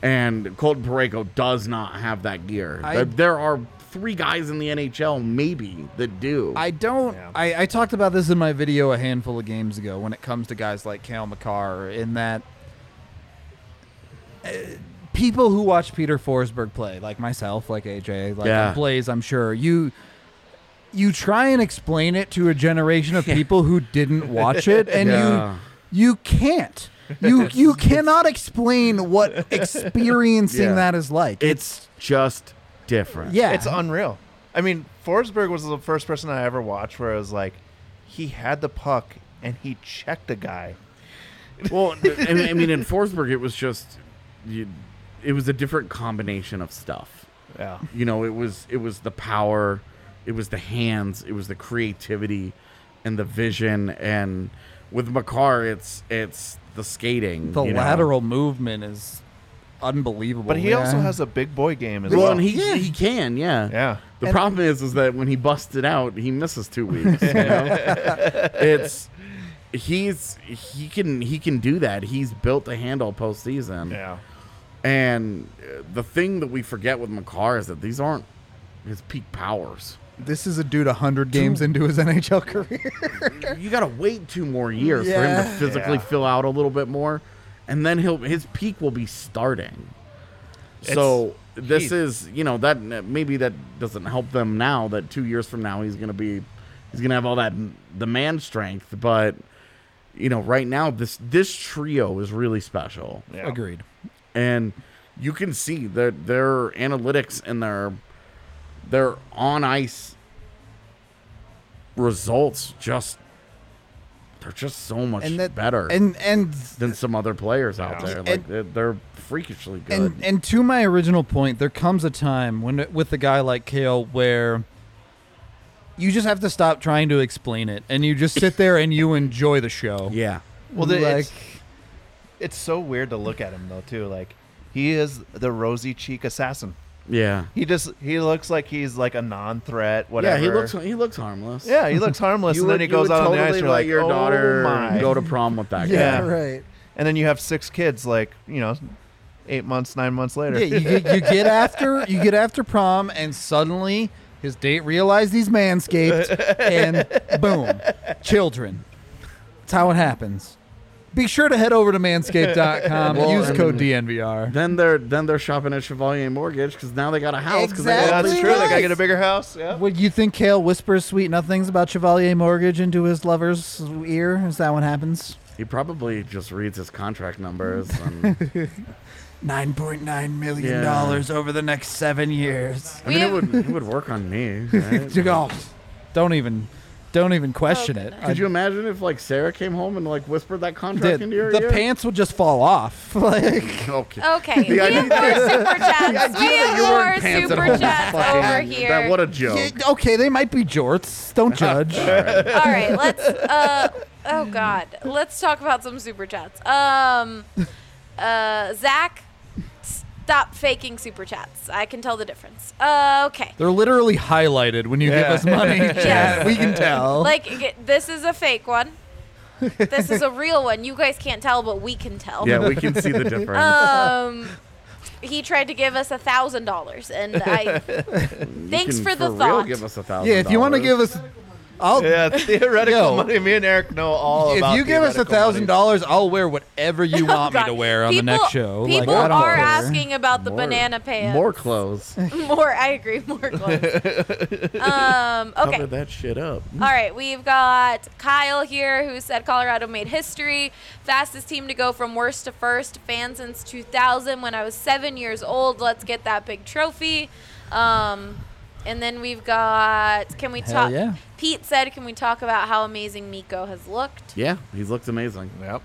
B: and Colton Pareko does not have that gear.
A: I-
B: there, there are three guys in the NHL maybe that do.
A: I don't.
D: Yeah.
A: I, I talked about this in my video a handful of games ago when it comes to guys like Kale McCarr, in that uh, people who watch Peter Forsberg play, like myself, like AJ, like
B: Yeah.
A: Blaze, I'm sure, you. You try and explain it to a generation of people who didn't watch it, and
B: Yeah.
A: you you can't. You you cannot explain what experiencing
B: Yeah.
A: that is like.
B: it's just different.
A: yeah,
D: It's unreal. I mean, Forsberg was the first person I ever watched where it was like, he had the puck and he checked a guy.
B: Well, I mean, I mean, in Forsberg, it was just, you, it was a different combination of stuff.
D: Yeah.
B: you know it was it was the power it was the hands it was the creativity and the vision and with Makar it's it's the skating
A: the
B: you know.
A: lateral movement is unbelievable.
D: But he
A: yeah.
D: also has a big boy game as well.
B: well and he he can yeah
D: yeah.
B: the problem is is that when he busts it out he misses two weeks you know? it's he's he can he can do that he's built to handle postseason
D: Yeah.
B: and uh, the thing that we forget with Makar is that these aren't his peak powers
A: This is a dude 100 games into his NHL career.
B: you gotta wait two more years for him
A: Yeah.
B: to physically
D: Yeah.
B: fill out a little bit more, and then he'll his peak will be starting. so this
D: he-
B: is you know that maybe that doesn't help them now that two years from now he's gonna be he's gonna have all that the man strength, but you know right now this this trio is really special
D: Yeah.
A: Agreed.
B: and you can see their their analytics and their their on ice results just they're just so much
A: And that
B: better
A: And and
B: than some other players out
D: Yeah.
B: there.
A: And-
B: Like they're, they're freakishly good.
A: and and to my original point, there comes a time when with a guy like Kale where you just have to stop trying to explain it and you just sit there and you enjoy the show.
B: yeah,
D: Well, the,
A: like
D: it's, it's so weird to look at him, though, too. Like, he is the rosy cheek assassin.
B: yeah,
D: He just, he looks like he's like a non threat, whatever.
B: yeah. He looks he looks harmless.
D: Yeah, he looks harmless,
B: You
D: and
B: would-
D: then he
B: you
D: goes
B: would
D: out
B: totally
D: on the ice. You're
B: let
D: like,
B: your
D: oh
B: daughter
D: my.
B: go to prom with that
D: Yeah.
B: guy.
A: right.
D: and then you have six kids, like you know, eight months, nine months later.
A: Yeah, you get, you get after you get after prom, and suddenly his date realized he's manscaped, and boom, children. That's how it happens. Be sure to head over to manscaped.com.
B: Well,
A: use
B: and-
A: code DNVR.
B: Then they're then they're shopping at Chevalier Mortgage because now they got a house. 'cause they got
A: Exactly.
D: That's true. They gotta
A: Nice.
D: get a bigger house. Yeah.
A: Would you think Kale whispers sweet nothings about Chevalier Mortgage into his lover's ear? Is that what happens?
B: He probably just reads his contract numbers. And,
A: Nine point nine million
B: Yeah.
A: dollars over the next seven years.
B: I mean, it
C: We-
B: would it would work on me. Right?
A: Oh, don't even, don't even question it.
B: Could you imagine if like Sarah came home and like whispered that contract
A: Did-
B: into your
A: the
B: ear?
A: pants would just fall off. Like,
B: Okay.
C: Okay, we
B: The idea-
C: have more super chats. We
B: Yeah,
C: have
B: you wearing
C: more
B: pants at
C: super
B: home is
C: chats
B: fucking-
C: over
B: That,
C: here.
B: what a joke.
A: Yeah, okay, they might be jorts. Don't judge.
C: All right, let's. Uh, oh God, let's talk about some super chats. Um, uh, Zach, stop faking super chats. I can tell the difference. Uh, okay.
A: They're literally highlighted when you give us money.
C: Yes.
A: we can tell.
C: Like g- this is a fake one. This is a real one. You guys can't tell, but we can tell.
B: Yeah, we can see the difference.
A: Uh,
C: Um, he tried to give us a thousand dollars, and I. thanks
B: can
C: for the
B: real
C: thought.
B: Give us a thousand.
A: yeah, if you want to give us, I'll
D: Yeah, theoretical
A: Yo.
D: money. Me and Eric know all about.
A: if you give us a
D: theoretical
A: thousand
D: money.
A: dollars, I'll wear whatever you
C: Oh,
A: want me
C: God.
A: to wear on
C: People-
A: the next show. Like,
C: People
A: I don't
C: are
A: care.
C: asking about the banana pants.
B: More clothes.
C: More, I agree. More clothes. um,
B: Cover
C: okay.
B: that shit up.
C: All right. We've got Kyle here who said Colorado made history. Fastest team to go from worst to first. Fan since 2000 when I was seven years old. Let's get that big trophy. Um, and then we've got, can we
A: Hell
C: talk?
A: yeah.
C: Pete said, can we talk about how amazing Miko has looked?
B: Yeah, he's looked amazing.
D: Yep.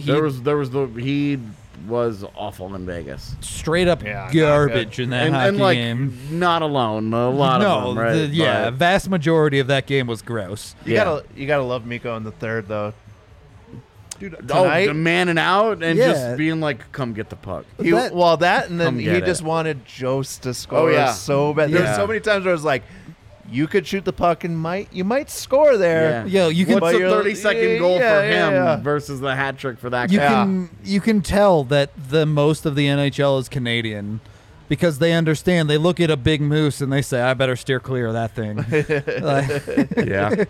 B: there was there was the he was awful in Vegas.
A: straight up
D: Yeah,
A: garbage in that
B: And,
A: hockey
B: and like
A: game.
B: not alone, a lot
A: no,
B: of them, right?
A: the- yeah,
B: But-
A: vast majority of that game was gross.
D: You
B: Yeah.
D: gotta you gotta love Miko in the third though. Dude,
B: oh,
D: tonight
B: the manning out and
A: Yeah.
B: just being like, "Come get the puck."
D: he,
A: That-
D: well that Oh, and
B: Come
D: then he
B: get
D: just
B: it.
D: wanted Jost to score
B: yeah.
D: so bad. There's
B: Yeah.
D: so many times where I was like, you could shoot the puck and might you might score there.
B: Yeah.
A: Yo, you can
D: But
B: What's a
D: you're-
B: thirty second goal
D: yeah,
B: for
D: yeah,
B: him
D: yeah.
B: versus the hat trick for that
A: you
B: guy?
A: can you can tell that the most of the NHL is Canadian because they understand. They look at a big moose and they say, "I better steer clear of that thing." Like,
B: yeah.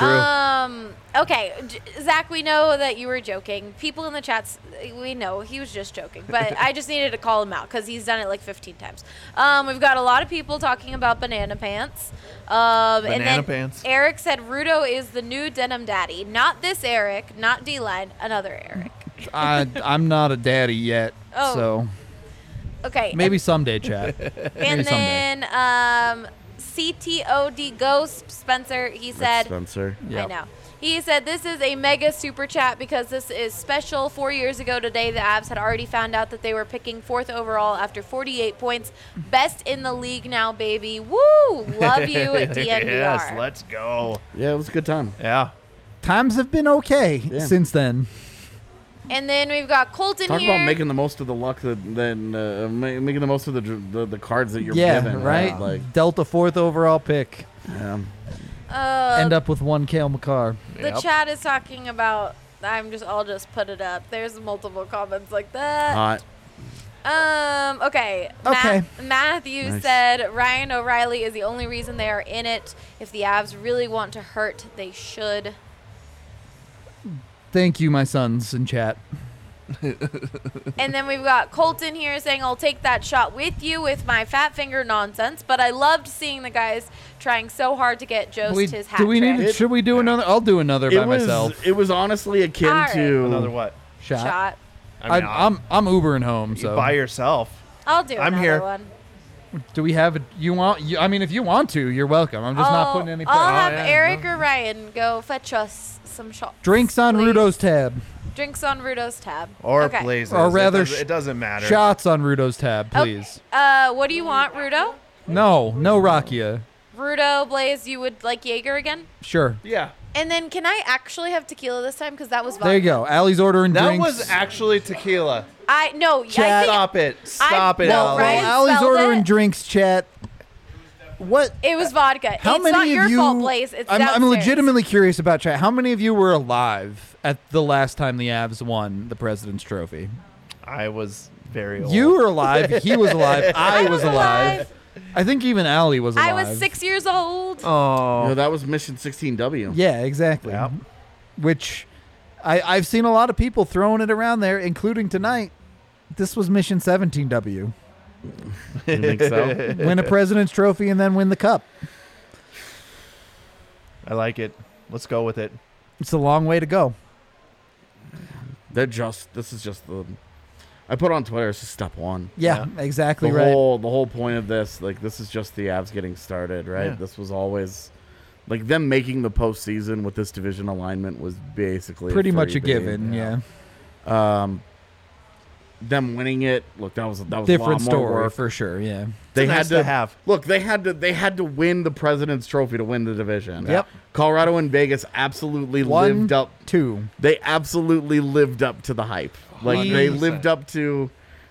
C: Um. Okay, J- Zach. We know that you were joking. People in the chats, we know he was just joking. But I just needed to call him out because he's done it like 15 times. Um, we've got a lot of people talking about banana pants. Um,
D: Banana
C: and then
D: pants.
C: Eric said Rudo is the new denim daddy. Not this Eric. Not D line. Another Eric.
A: I, I'm not a daddy yet,
C: Oh.
A: so
C: Okay.
A: maybe someday, chat.
C: And
A: maybe
C: then um, CTOD Ghost Spencer. He said.
B: Spencer.
A: Yep.
C: I know. He said this is a mega super chat because this is special. Four years ago today, the Avs had already found out that they were picking fourth overall after 48 points. Best in the league now, baby. Woo! Love you, DNVR.
D: yes, let's go.
B: Yeah, it was a good time.
D: Yeah.
A: Times have been okay since then.
C: and then we've got Colton
B: Talk
C: here.
B: about making the most of the luck that then uh, ma- making the most of the, dr- the the cards that you're
A: yeah,
B: given,
A: right.
B: Like,
A: Delta fourth overall pick.
B: yeah.
C: Uh,
A: End up with one Kale McCarr.
C: the
D: Yep.
C: chat is talking about. I'm just. I'll just put it up. There's multiple comments like that.
B: hot.
C: Um. Okay.
A: Okay.
C: Ma- Matthew
B: Nice.
C: said Ryan O'Reilly is the only reason they are in it. If the Avs really want to hurt, they should.
A: Thank you, my sons in chat.
C: and then we've got Colton here saying, "I'll take that shot with you with my fat finger nonsense." But I loved seeing the guys trying so hard to get Jost
A: We-
C: his hat
A: do we
C: trick
A: need? Should we do another? I'll do another by
B: It was
A: myself.
B: it was honestly akin
C: All right.
B: to
D: Another what?
A: Shot.
C: shot.
A: I am I'm Ubering home. So
D: by yourself.
C: I'll do
D: I'm
C: another
D: here.
C: one.
A: do we have? A, you want? You, I mean, if you want to, you're welcome. I'm just
C: I'll-
A: not putting any.
C: Oh, I'll
A: pressure. Oh,
C: have Eric or Ryan go fetch us some shots.
A: Drinks on
C: please.
A: Rudo's tab.
C: Drinks on Rudo's tab.
D: Or
C: okay.
D: blazes.
A: Or rather
D: it, does,
A: sh-
D: it doesn't matter.
A: Shots on Rudo's tab,
C: Okay.
A: please.
C: Uh, what do you want, Rudo?
A: No, no Rakia.
C: Rudo Blaze, you would like Jaeger again?
A: Sure.
D: Yeah.
C: And then can I actually have tequila this time? Because that was vodka.
A: There you go. Allie's ordering
D: That
A: drinks.
D: was actually tequila.
C: I no. I think
D: Stop it. Stop it,
C: well,
D: Alex.
C: Ryan
A: Allie's
C: spelled
A: ordering
C: it.
A: drinks. Chat. What?
C: It was vodka.
A: How
C: it's
A: many
C: not
A: of
C: your
A: you?
C: fault, Blaze. It's
A: I'm, I'm
C: downstairs.
A: legitimately curious about chat. How many of you were alive at the last time the Avs won the President's Trophy?
D: I was very old.
A: You were alive. He was alive. I, was alive. I think even Allie was
C: I
A: alive.
C: was six years old.
D: Oh.
B: No, that was Mission 16W.
A: Yeah, exactly.
D: Yep.
A: Which I, I've seen a lot of people throwing it around there, including tonight. This was Mission 17W.
B: You think so?
A: Win a President's Trophy and then win the Cup.
D: I like it. Let's go with it.
A: It's a long way to go.
B: They're just. This is just the. I put on Twitter. It's just step one.
A: Yeah, exactly
B: the
A: right.
B: whole the whole point of this, like this is just the Avs getting started, right?
D: Yeah.
B: This was always like them making the postseason with this division alignment was basically
A: Pretty much a
B: freebie.
A: given, yeah.
B: Um, them winning it, look, that was that was
A: Different
B: a lot more
A: story
B: work.
A: for sure, yeah.
B: They
D: It's
B: had
D: nice
B: to,
D: to have.
B: look. They had to they had to win the President's Trophy to win the division.
A: Yep.
B: Colorado and Vegas absolutely
A: One,
B: lived up
A: Two.
B: they absolutely lived up to the hype. Like they
D: 100%.
B: lived up to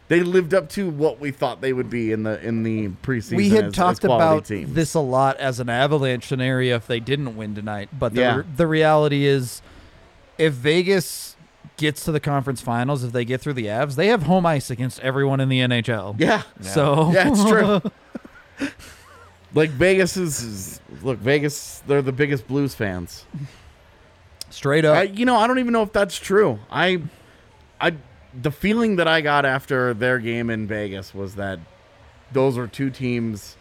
B: they lived up to what we thought they would be in the in the preseason.
A: we had
B: as- as
A: talked
B: quality
A: about
B: teams.
A: this a lot as an avalanche scenario if they didn't win tonight but the,
B: Yeah.
A: the reality is if vegas gets to the conference finals if they get through the avs they have home ice against everyone in the nhl
B: Yeah.
A: so
B: Yeah, it's true. like Vegas is, is look, Vegas they're the biggest blues fans.
A: straight up
B: I, you know, I don't even know if that's true. I I the feeling that I got after their game in Vegas was that those were two teams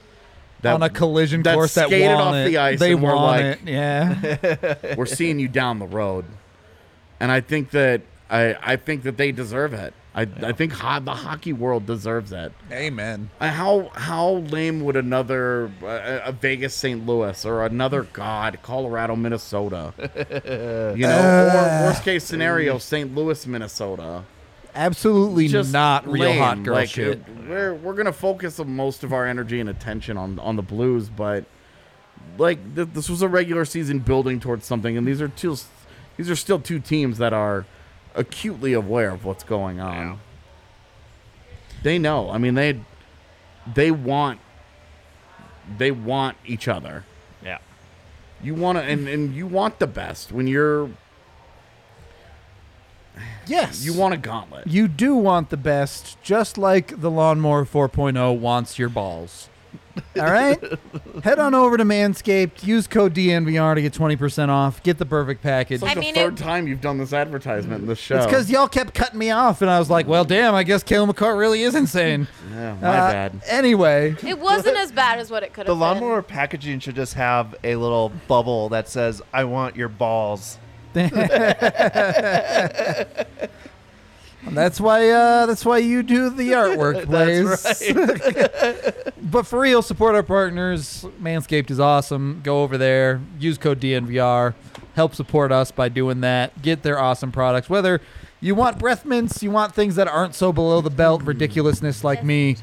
B: that
A: on a collision
B: that
A: course that
B: skated
A: won
B: off
A: it.
B: the ice
A: they
B: and were
A: won
B: like-
A: it yeah
B: we're seeing you down the road. And I think that I, I think that they deserve it. I, I think ho- the hockey world deserves it.
A: amen
B: Uh, How how lame would another uh, a Vegas St. Louis or another God Colorado Minnesota, you know, or worst case scenario St. Louis Minnesota,
A: absolutely
B: just
A: not real
B: lame.
A: hot girl
B: like,
A: shit
B: it- We're we're gonna focus on most of our energy and attention on on the Blues, but like th- this was a regular season building towards something, and these are two these are still two teams that are acutely aware of what's going on. They know. I mean they they want they want each other.
D: Yeah.
B: You want to, and, and you want the best when you're
A: yes
B: you want a gauntlet.
A: you do want the best just like the lawnmower 4.0 wants your balls all right head on over to manscaped use code dnvr to get 20% off get the perfect package
B: It's
A: it's
B: like
C: I
B: the
C: mean,
B: third
C: it-
B: time you've done this advertisement in this show.
A: because y'all kept cutting me off and i was like well damn i guess kale mccarr really is insane
B: yeah, my
A: Uh,
B: bad.
A: anyway
C: It wasn't as bad as what it could
D: The
C: have been.
D: lawnmower packaging should just have a little bubble that says, I want your balls.
A: that's why uh, that's why you do the artwork plays but for real support our partners manscaped is awesome go over there use code dnvr help support us by doing that get their awesome products whether you want breath mints you want things that aren't so below the belt ridiculousness like me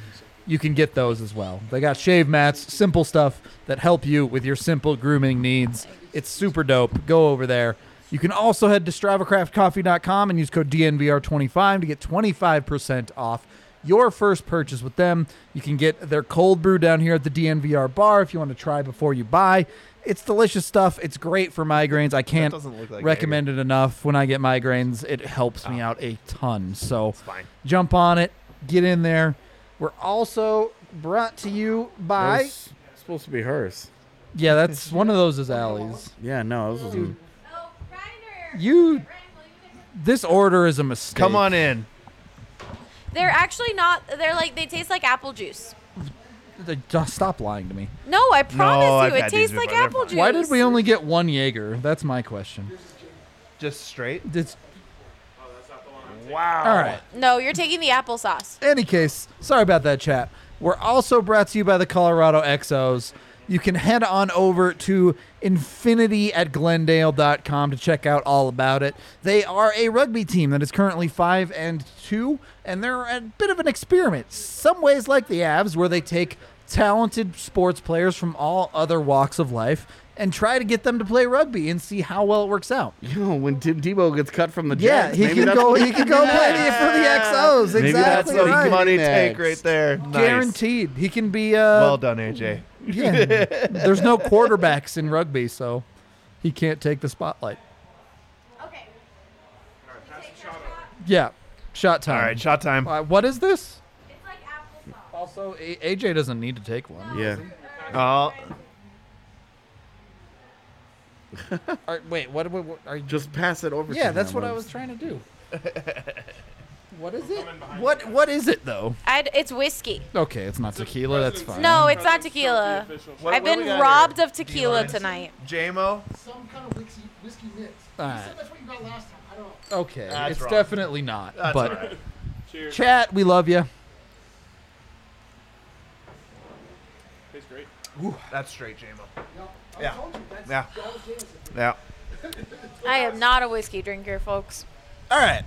A: you can get those as well they got shave mats simple stuff that help you with your simple grooming needs it's super dope go over there you can also head to StravaCraftCoffee.com and use code DNVR25 to get 25% off your first purchase with them. You can get their cold brew down here at the DNVR bar if you want to try before you buy. It's delicious stuff. It's great for migraines. I can't
D: doesn't look like Ah.
A: recommend it enough. When I get migraines, it helps me out a ton. So jump on it, get in there. We're also brought to you by.
B: It's supposed to be hers.
A: Yeah, that's one of those is Allie's.
B: Yeah, no, this was
C: Oh, Reiner.
A: You-
C: Reiner, will you pick up-
A: This order is a mistake.
D: Come on in.
C: They're actually not. They're like they taste like apple juice.
A: Just Stop lying to me.
C: No, I promise
D: I've
C: you,
D: had
C: it
D: these
C: tastes like
D: before. They're
C: apple
D: fine.
C: juice.
A: Why did we only get one Jaeger? That's my question.
D: Just straight.
A: It's,
D: Wow.
A: all right.
C: No, you're taking the applesauce.
A: Any case, sorry about that, chat. We're also brought to you by the Colorado Exos. You can head on over to infinity at glendale.com to check out all about it. They are a rugby team that is currently 5 and 2, and they're a bit of an experiment. Some ways, like the Avs, where they take talented sports players from all other walks of life and try to get them to play rugby and see how well it works out.
B: you know, when Tim Tebow gets cut from the
A: Yeah,
B: Jets,
A: he
B: maybe
A: can
B: that's-
A: go. He can go play the- for the XOs. Exactly
B: Maybe that's
D: That's
B: what
D: a
A: right.
D: money
B: Next.
D: take right there. Nice.
A: Guaranteed, he can be. Uh,
D: Well done, AJ.
A: yeah. There's no quarterbacks in rugby, so he can't take the spotlight.
C: Okay.
A: Yeah, shot time.
D: All right, shot time.
A: Uh, what is this?
C: It's like applesauce.
A: Also, A- AJ
D: Uh,
A: doesn't need to take one.
B: Yeah.
D: Oh,
F: Are, wait, what, what, what are you?
B: Just pass it over.
F: yeah,
B: to
F: that's
B: him.
F: what I was trying to do. what is it?
A: What What is it though?
C: I'd, it's whiskey.
F: Okay, it's not tequila. That's fine.
C: No, it's not
G: President's
C: tequila.
G: trophy official.
D: what
C: I've been
D: we got
C: robbed
D: here?
C: of tequila
D: Demon's.
C: tonight.
D: JMO.
G: Some kind of whiskey, whiskey mix.
F: All
G: You
F: right.
G: said that's what you got last time. I don't know.
F: Okay,
D: That's
F: it's
D: wrong.
F: definitely not. but
G: Cheers.
F: chat, we love you.
G: Tastes great.
D: That's straight JMO.
G: I
D: Yeah.
G: told you that's
D: Yeah.
G: that was Jameson.
D: Yeah.
C: I am not a whiskey drinker, folks.
A: All right,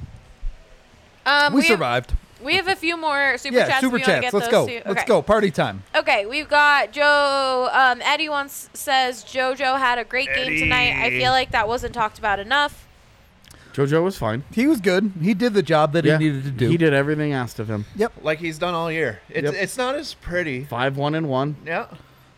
C: Um,
A: we
C: we have-
A: survived.
C: We have a few more super
A: yeah,
C: chats. if
A: super
C: you wanna
A: chats.
C: Get
A: Let's go.
C: those too.
A: Let's
C: Okay.
A: go. Party time.
C: Okay, we've got Joe. Um, Eddie once says JoJo had a great game tonight. I feel like that wasn't talked about enough.
B: JoJo was fine.
A: He was good. He did the job that
B: Yeah,
A: he needed to do.
B: He did everything asked of him.
D: Like he's done all year. It's
B: Yep.
D: it's not as pretty.
B: Five one and one.
D: Yeah.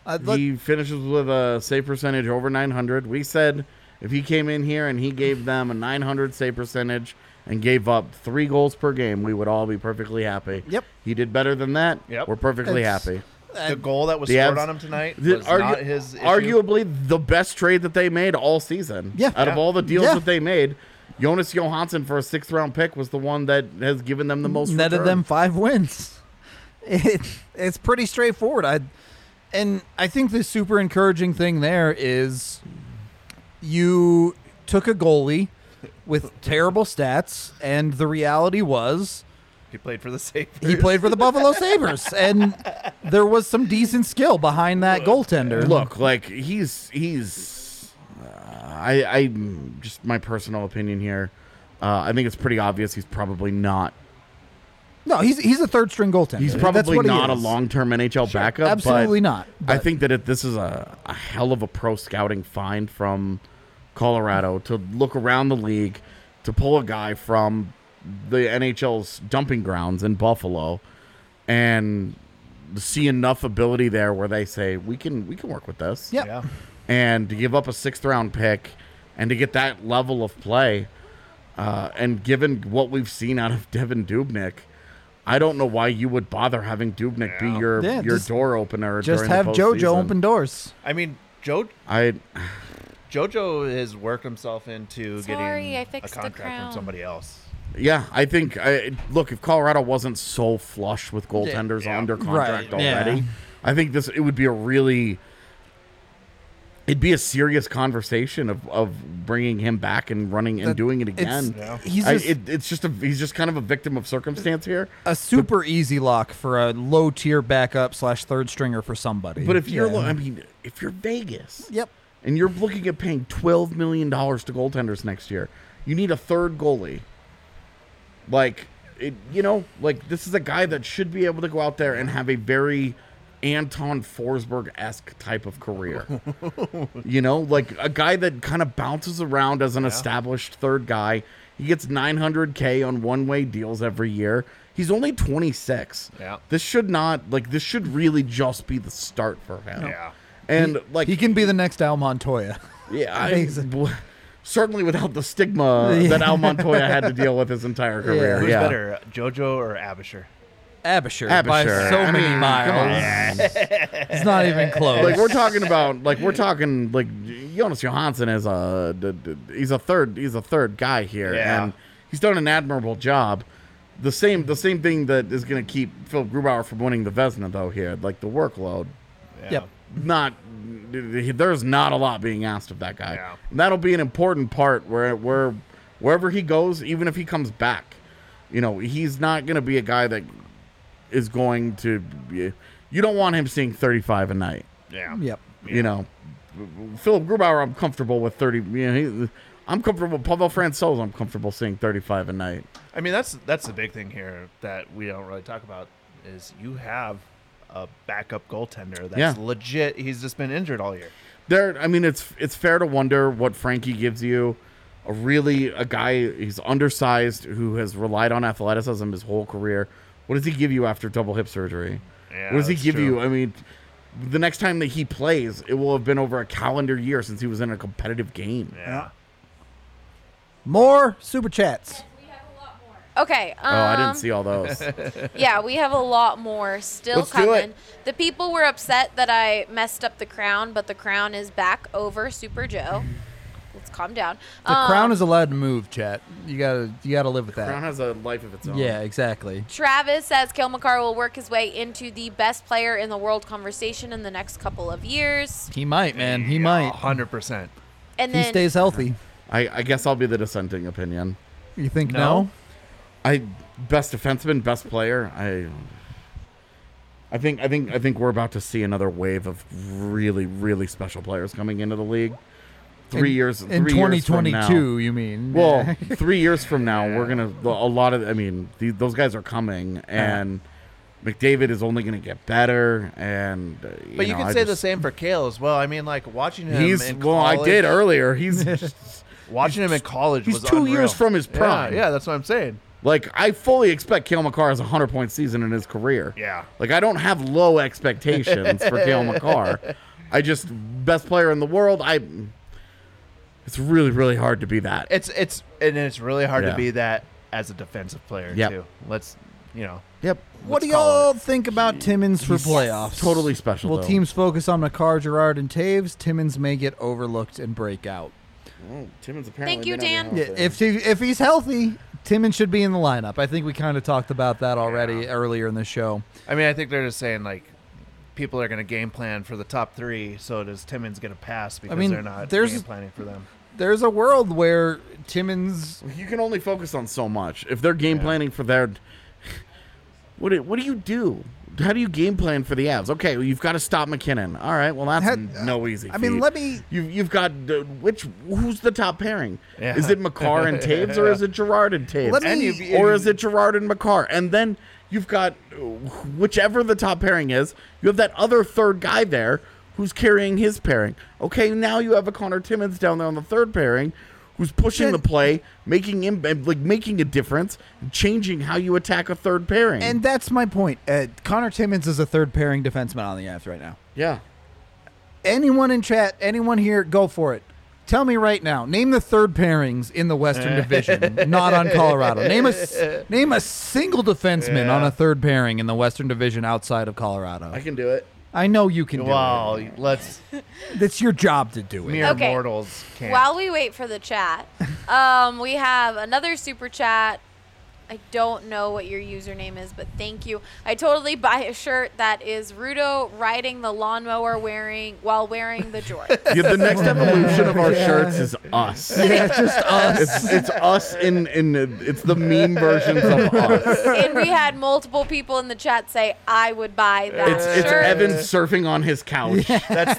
A: I'd like-
B: he finishes with a save percentage over 900. We said if he came in here and he gave them a 900 save percentage and gave up three goals per game, we would all be perfectly happy.
A: Yep.
B: He did better than that.
D: Yep.
B: We're perfectly
A: It's-
B: happy.
D: The goal that was
B: Uh, the
D: scored
B: abs-
D: on him tonight
B: The-
D: was
B: argu-
D: not his issue.
B: arguably the best trade that they made all season.
A: Yeah.
B: Out of
D: Yeah.
B: all the deals
A: Yeah.
B: that they made, Jonas Johansson for a sixth round pick was the one that has given them the most.
A: netted
B: return.
A: them five wins. It, it's pretty straightforward. I and I think the super encouraging thing there is you took a goalie with terrible stats, and the reality was
D: he played for the Sabres.
A: he played for the Buffalo Sabers, and there was some decent skill behind that goaltender.
B: Look, like he's he's. Uh, I I just my personal opinion here. Uh, I think it's pretty obvious he's probably not.
A: no, he's he's a third string goaltender.
B: He's
A: That's
B: probably
A: what he
B: not a
A: is.
B: long term NHL backup. but
A: Absolutely not.
B: I
A: but-
B: think that it, this is a, a hell of a pro scouting find from Colorado to look around the league to pull a guy from the NHL's dumping grounds in Buffalo and see enough ability there where they say we can we can work with this
A: Yep.
D: Yeah.
B: and to give up a sixth round pick and to get that level of play, uh, and given what we've seen out of Devin Dubnik, I don't know why you would bother having Dubnik be your
A: Yeah,
B: your
A: just-
B: door opener.
A: just
B: during the
A: have JoJo
B: postseason.
A: open doors.
D: I mean, Joe
B: I
D: Jojo has worked himself into
C: Sorry,
D: getting
C: I fixed
D: a
C: the
D: contract
C: crown.
D: from somebody else.
B: yeah, I think I, look if Colorado wasn't so flush with goaltenders
D: Yeah.
B: under contract
A: Right, yeah.
B: already, I think this it would be a really. It'd be a serious conversation of, of bringing him back and running and
A: That-
B: doing it
A: it's-
B: again.
A: he's
B: I-
A: just-
B: it, it's just a he's just kind of a victim of circumstance here.
A: a super easy lock for a low tier backup slash third stringer for somebody.
B: But if you're,
A: Yeah.
B: lo- I mean, if you're Vegas,
A: yep,
B: and you're looking at paying twelve million dollars to goaltenders next year, you need a third goalie. Like, it, you know, like this is a guy that should be able to go out there and have a very Anton Forsberg esque type of career. you know, like a guy that kind of bounces around as an established third guy. He gets 900k on one way deals every year. He's only 26.
D: Yeah.
B: This should not like this should really just be the start for him.
D: Yeah.
B: And like
A: he can be the next Al Montoya.
B: yeah, I,
A: Amazing.
B: w- certainly without the stigma that Al Montoya had to deal with his entire career.
D: Who's
B: yeah.
D: better, Jojo or Abisher?
A: Abisher, by
B: Abisher.
A: so
B: I
A: many
B: mean, come
A: miles. It's not even close.
B: Like we're talking about, like we're talking, like Jonas Johansson is a d- d- he's a third he's a third guy here,
D: Yeah.
B: and he's done an admirable job. The same the same thing that is going to keep Phil Grubauer from winning the Vesna though here, like the workload.
A: Yep.
B: Not there's not a lot being asked of that guy.
D: Yeah.
B: And that'll be an important part where where wherever he goes, even if he comes back, you know he's not going to be a guy that is going to. Be, you don't want him seeing 35 a night.
D: Yeah.
A: Yep.
B: You know, Philip Grubauer, I'm comfortable with 30. You know, he, I'm comfortable. Pavel Francouz, I'm comfortable seeing 35 a night.
D: I mean, that's that's the big thing here that we don't really talk about is you have a backup goaltender that's
B: Yeah.
D: legit. He's just been injured all year.
B: there i mean it's it's fair to wonder what frankie gives you a really a guy he's undersized who has relied on athleticism his whole career what does he give you after double hip surgery
D: Yeah,
B: what does he
D: that's
B: give
D: true.
B: you i mean the next time that he plays it will have been over a calendar year since he was in a competitive game
D: Yeah.
A: More super chats.
C: Okay. Um,
B: oh i didn't see all those
C: yeah, we have a lot more still
B: Let's do
C: coming.
B: it.
C: The people were upset that I messed up the crown, but the crown is back over Super Joe. let's calm down.
A: The
C: Um,
A: crown is allowed to move, chat. You gotta you gotta live with
B: Crown
A: that.
B: has a life of its own.
A: Yeah, exactly.
C: Travis says Kilmacar will work his way into the best player in the world conversation in the next couple of years.
A: He might, man. He might.
D: hundred percent.
C: And
A: He
C: then
A: stays healthy.
B: I, I guess I'll be the dissenting opinion.
A: You think no?
D: No.
B: I best defenseman, best player. I I think I think I think we're about to see another wave of really really special players coming into the league. Three years
A: In
B: three years from now-
A: 2022, you mean?
B: Well, three years from now, we're gonna a lot of. I mean, the, those guys are coming, and McDavid is only gonna get better. And uh,
D: But you,
B: know,
D: can
B: I
D: say the
B: just-
D: same for Kale as well. I mean, like watching him.
B: He's
D: in
B: well, I
D: college-
B: did earlier. He's
D: Watching him in college
B: he's
D: was
B: two
D: unreal.
B: years from his prime.
D: Yeah, yeah, that's what I'm saying.
B: like I fully expect Kale McCarr has a hundred point season in his career.
D: Yeah.
B: Like I don't have low expectations for Kale McCarr. I just best player in the world. I. It's really really hard to be that.
D: It's it's and it's really hard
B: Yeah.
D: to be that as a defensive player
B: Yep.
D: too. Let's you know.
B: Yep.
A: what do
D: let's call
A: y'all think about Timmins for
B: He's
A: playoffs?
B: totally special,
A: Will
B: though.
A: teams focus on McCarr, Gerard, and Taves? Timmins may get overlooked and break out.
B: Oh, Timmons apparently.
C: Thank you,
B: may not
C: Dan.
B: be
A: Yeah,
B: healthy.
A: if he, if he's healthy, Timmins should be in the lineup. I think we kind of talked about that already earlier in the show.
D: I mean, I think they're just saying like people are going to game plan for the top three. So does Timmins get a pass because
A: mean,
D: they're not
A: there's-
D: game planning for them?
A: There's a world where Timmins
B: You can only focus on so much. If they're game planning for their, what do, what do you do? How do you game plan for the Avs? Okay, well, you've got to stop McKinnon. All right, well that's
A: Had-
B: no easy.
A: I mean,
B: feat.
A: let me-
B: You, you've got uh, which? Who's the top pairing?
D: Yeah.
B: Is it McCarr and Taves, or is it Gerard and Taves,
A: Let
D: And
A: me-
D: you've-
B: or is it Gerard and McCarr? And then you've got uh, whichever the top pairing is. You have that other third guy there who's carrying his pairing. Okay, now you have a Connor Timmins down there on the third pairing, who's pushing the play, making him like making a difference, changing how you attack a third pairing.
A: And that's my point. Uh, Connor Timmins is a third pairing defenseman on the Avs right now.
B: yeah,
A: Anyone in chat, anyone here, go for it. Tell me right now. Name the third pairings in the Western
B: Eh.
A: Division, not on Colorado. Name a s- name a single defenseman on a third pairing in the Western Division outside of Colorado.
B: I
A: I,
B: can do it.
A: know you can do
D: Wow, let's
A: it. It's your job to do it.
D: mere
C: Okay.
D: mortals can't.
C: While we wait for the chat, um, we have another super chat. I don't know what your username is, but thank you. I totally buy a shirt that is Rudo riding the lawnmower wearing while wearing the Jordan.
B: Yeah, the next evolution of our shirts is us. Yeah, just us. It's, it's us in in it's the meme versions of us.
C: and we had multiple people in the chat say, "I would buy that
B: It's,
C: shirt."
B: it's Evan surfing on his couch.
D: That's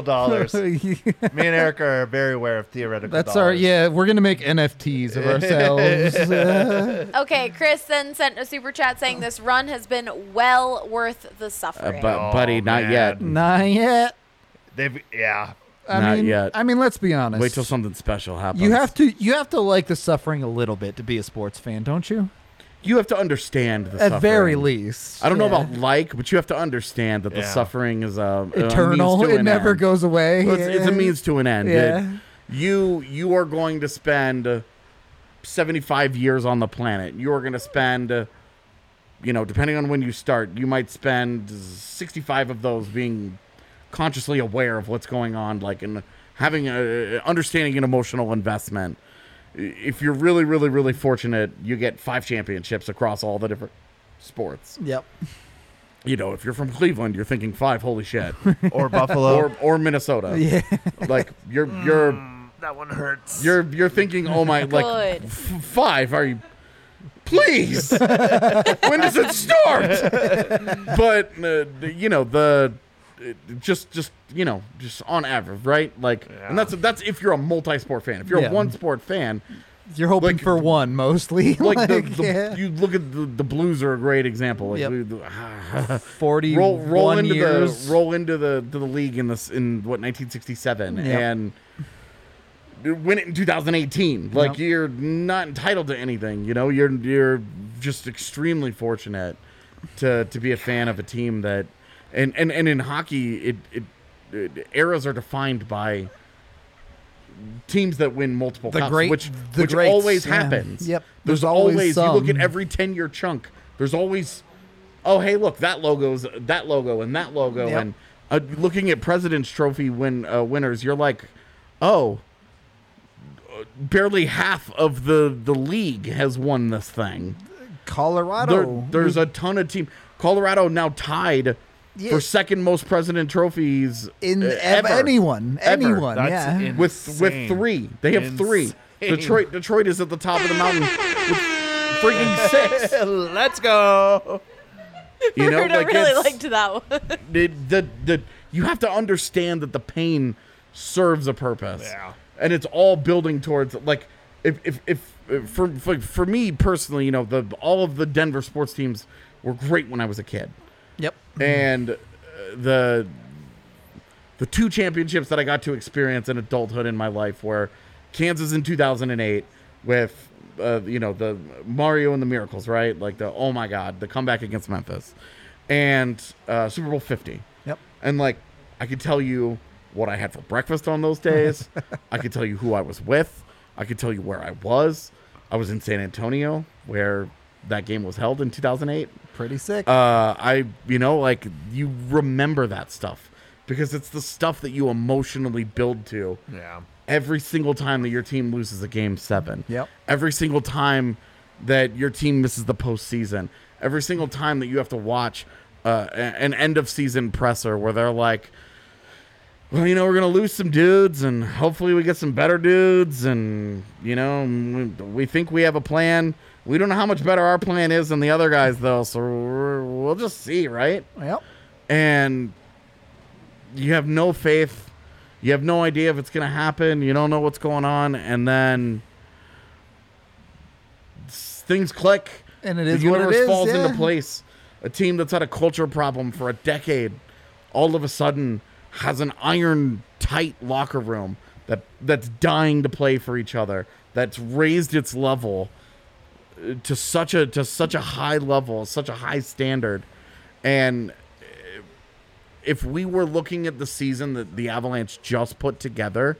D: dollars. Me and Eric are very aware of theoretical
A: That's our
D: dollars.
A: yeah. We're gonna make NFTs of ourselves. Uh,
C: Okay, Chris then sent a super chat saying this run has been well worth the
B: Uh,
C: suffering.
B: but buddy,
D: Oh,
B: not
D: man.
B: yet.
A: not yet.
D: They've, yeah.
A: I
B: Not
A: mean,
B: yet.
A: I mean, let's be honest.
B: Wait till something special happens.
A: You have to you have to like the suffering a little bit to be a sports fan, don't you?
B: you have to understand the
A: At very
B: suffering.
A: least.
B: I don't know
A: Yeah.
B: about like, but you have to understand that the
D: Yeah.
B: suffering is um, a
A: eternal.
B: means to
A: It
B: an
A: never
B: end.
A: goes away.
B: Well, It's, it's a means to an end.
A: Yeah.
B: It- you you are going to spend uh, 75 years on the planet. You are going to spend, uh, you know, depending on when you start, you might spend 65 of those being consciously aware of what's going on, like and having a understanding an emotional investment. If you're really, really, really fortunate, you get five championships across all the different sports.
A: Yep.
B: You know, if you're from Cleveland, you're thinking five. Holy shit!
D: Or Buffalo.
B: or or Minnesota.
A: Yeah.
B: Like you're
D: Mm.
B: you're
D: that one hurts.
B: you're you're thinking, oh my, like
C: Good.
B: f- five? Are you? Please. when does it start? but uh, you know the uh, just just you know just on average, right? Like, and that's that's if you're a multi-sport fan. If you're
A: Yeah.
B: a one-sport fan,
A: You're hoping
B: Like-
A: for one mostly.
B: like, the, the
A: yeah.
B: you look at the, the Blues are a great example. Like,
A: Yep.
B: we- the- ah,
A: forty
B: roll roll into
A: years.
B: the roll into the to the league in this in what 1967
A: Yep.
B: and win it in 2018 like
A: Yep.
B: you're not entitled to anything you know you're you're just extremely fortunate to to be a fan of a team that and and, and in hockey it, it it eras are defined by teams that win multiple
A: The
B: cups
A: great-
B: which
A: the
B: which
A: greats,
B: always
A: yeah.
B: happens
A: Yep.
B: there's,
A: There's always
B: always you look at
A: some.
B: every 10 year chunk there's always oh hey look that logo's that logo and that logo
A: Yep.
B: and uh, looking at president's trophy win uh, winners you're like oh barely half of the the league has won this thing. There-
A: Colorado.
B: there's a ton of team. Colorado now tied
A: Yeah.
B: for second most president trophies
A: in
B: uh,
A: ev-
B: ever.
A: anyone,
B: Ever.
A: anyone,
D: That's
A: yeah.
D: in-
B: with
D: Insane.
B: with three. They have three.
D: Insane.
B: Detroit Detroit is at the top of the mountain with freaking six.
D: Let's go.
B: You know,
C: I
B: like
C: really
B: it's-
C: liked that one.
B: the, the the you have to understand that the pain serves a purpose. Yeah. And it's all building towards like if if, if if for, for for me personally, you know, the all of the Denver sports teams were great when I was a kid.
A: Yep.
B: And uh, the the two championships that I got to experience in adulthood in my life were Kansas in 2008 with uh, you know the Mario and the Miracles, right? Like the oh my god, the comeback against Memphis, and uh, Super Bowl 50.
A: Yep.
B: And like I could tell you what I had for breakfast on those days. I could tell you who I was with. I could tell you where I was. I was in San Antonio where that game was held in 2008
A: Pretty sick.
B: uh, I, you know, like you remember that stuff because it's the stuff that you emotionally build to
D: Yeah.
B: every single time that your team loses a game seven.
A: Yep.
B: Every single time that your team misses the postseason. Every single time that you have to watch uh, a- an end of season presser where they're like, well, you know, we're going to lose some dudes and hopefully we get some better dudes. And, you know, we, we think we have a plan. We don't know how much better our plan is than the other guys, though. So we're, we'll just see, right?
A: yep.
B: and you have no faith. You have no idea if it's going to happen. You don't know what's going on, and then s- things click.
A: And it
B: the
A: is what it
B: universe
A: is,
B: falls
A: yeah.
B: into place. A team that's had a culture problem for a decade, all of a sudden has an iron tight locker room that that's dying to play for each other. That's raised its level uh, to such a to such a high level, such a high standard, and if we were looking at the season that the Avalanche just put together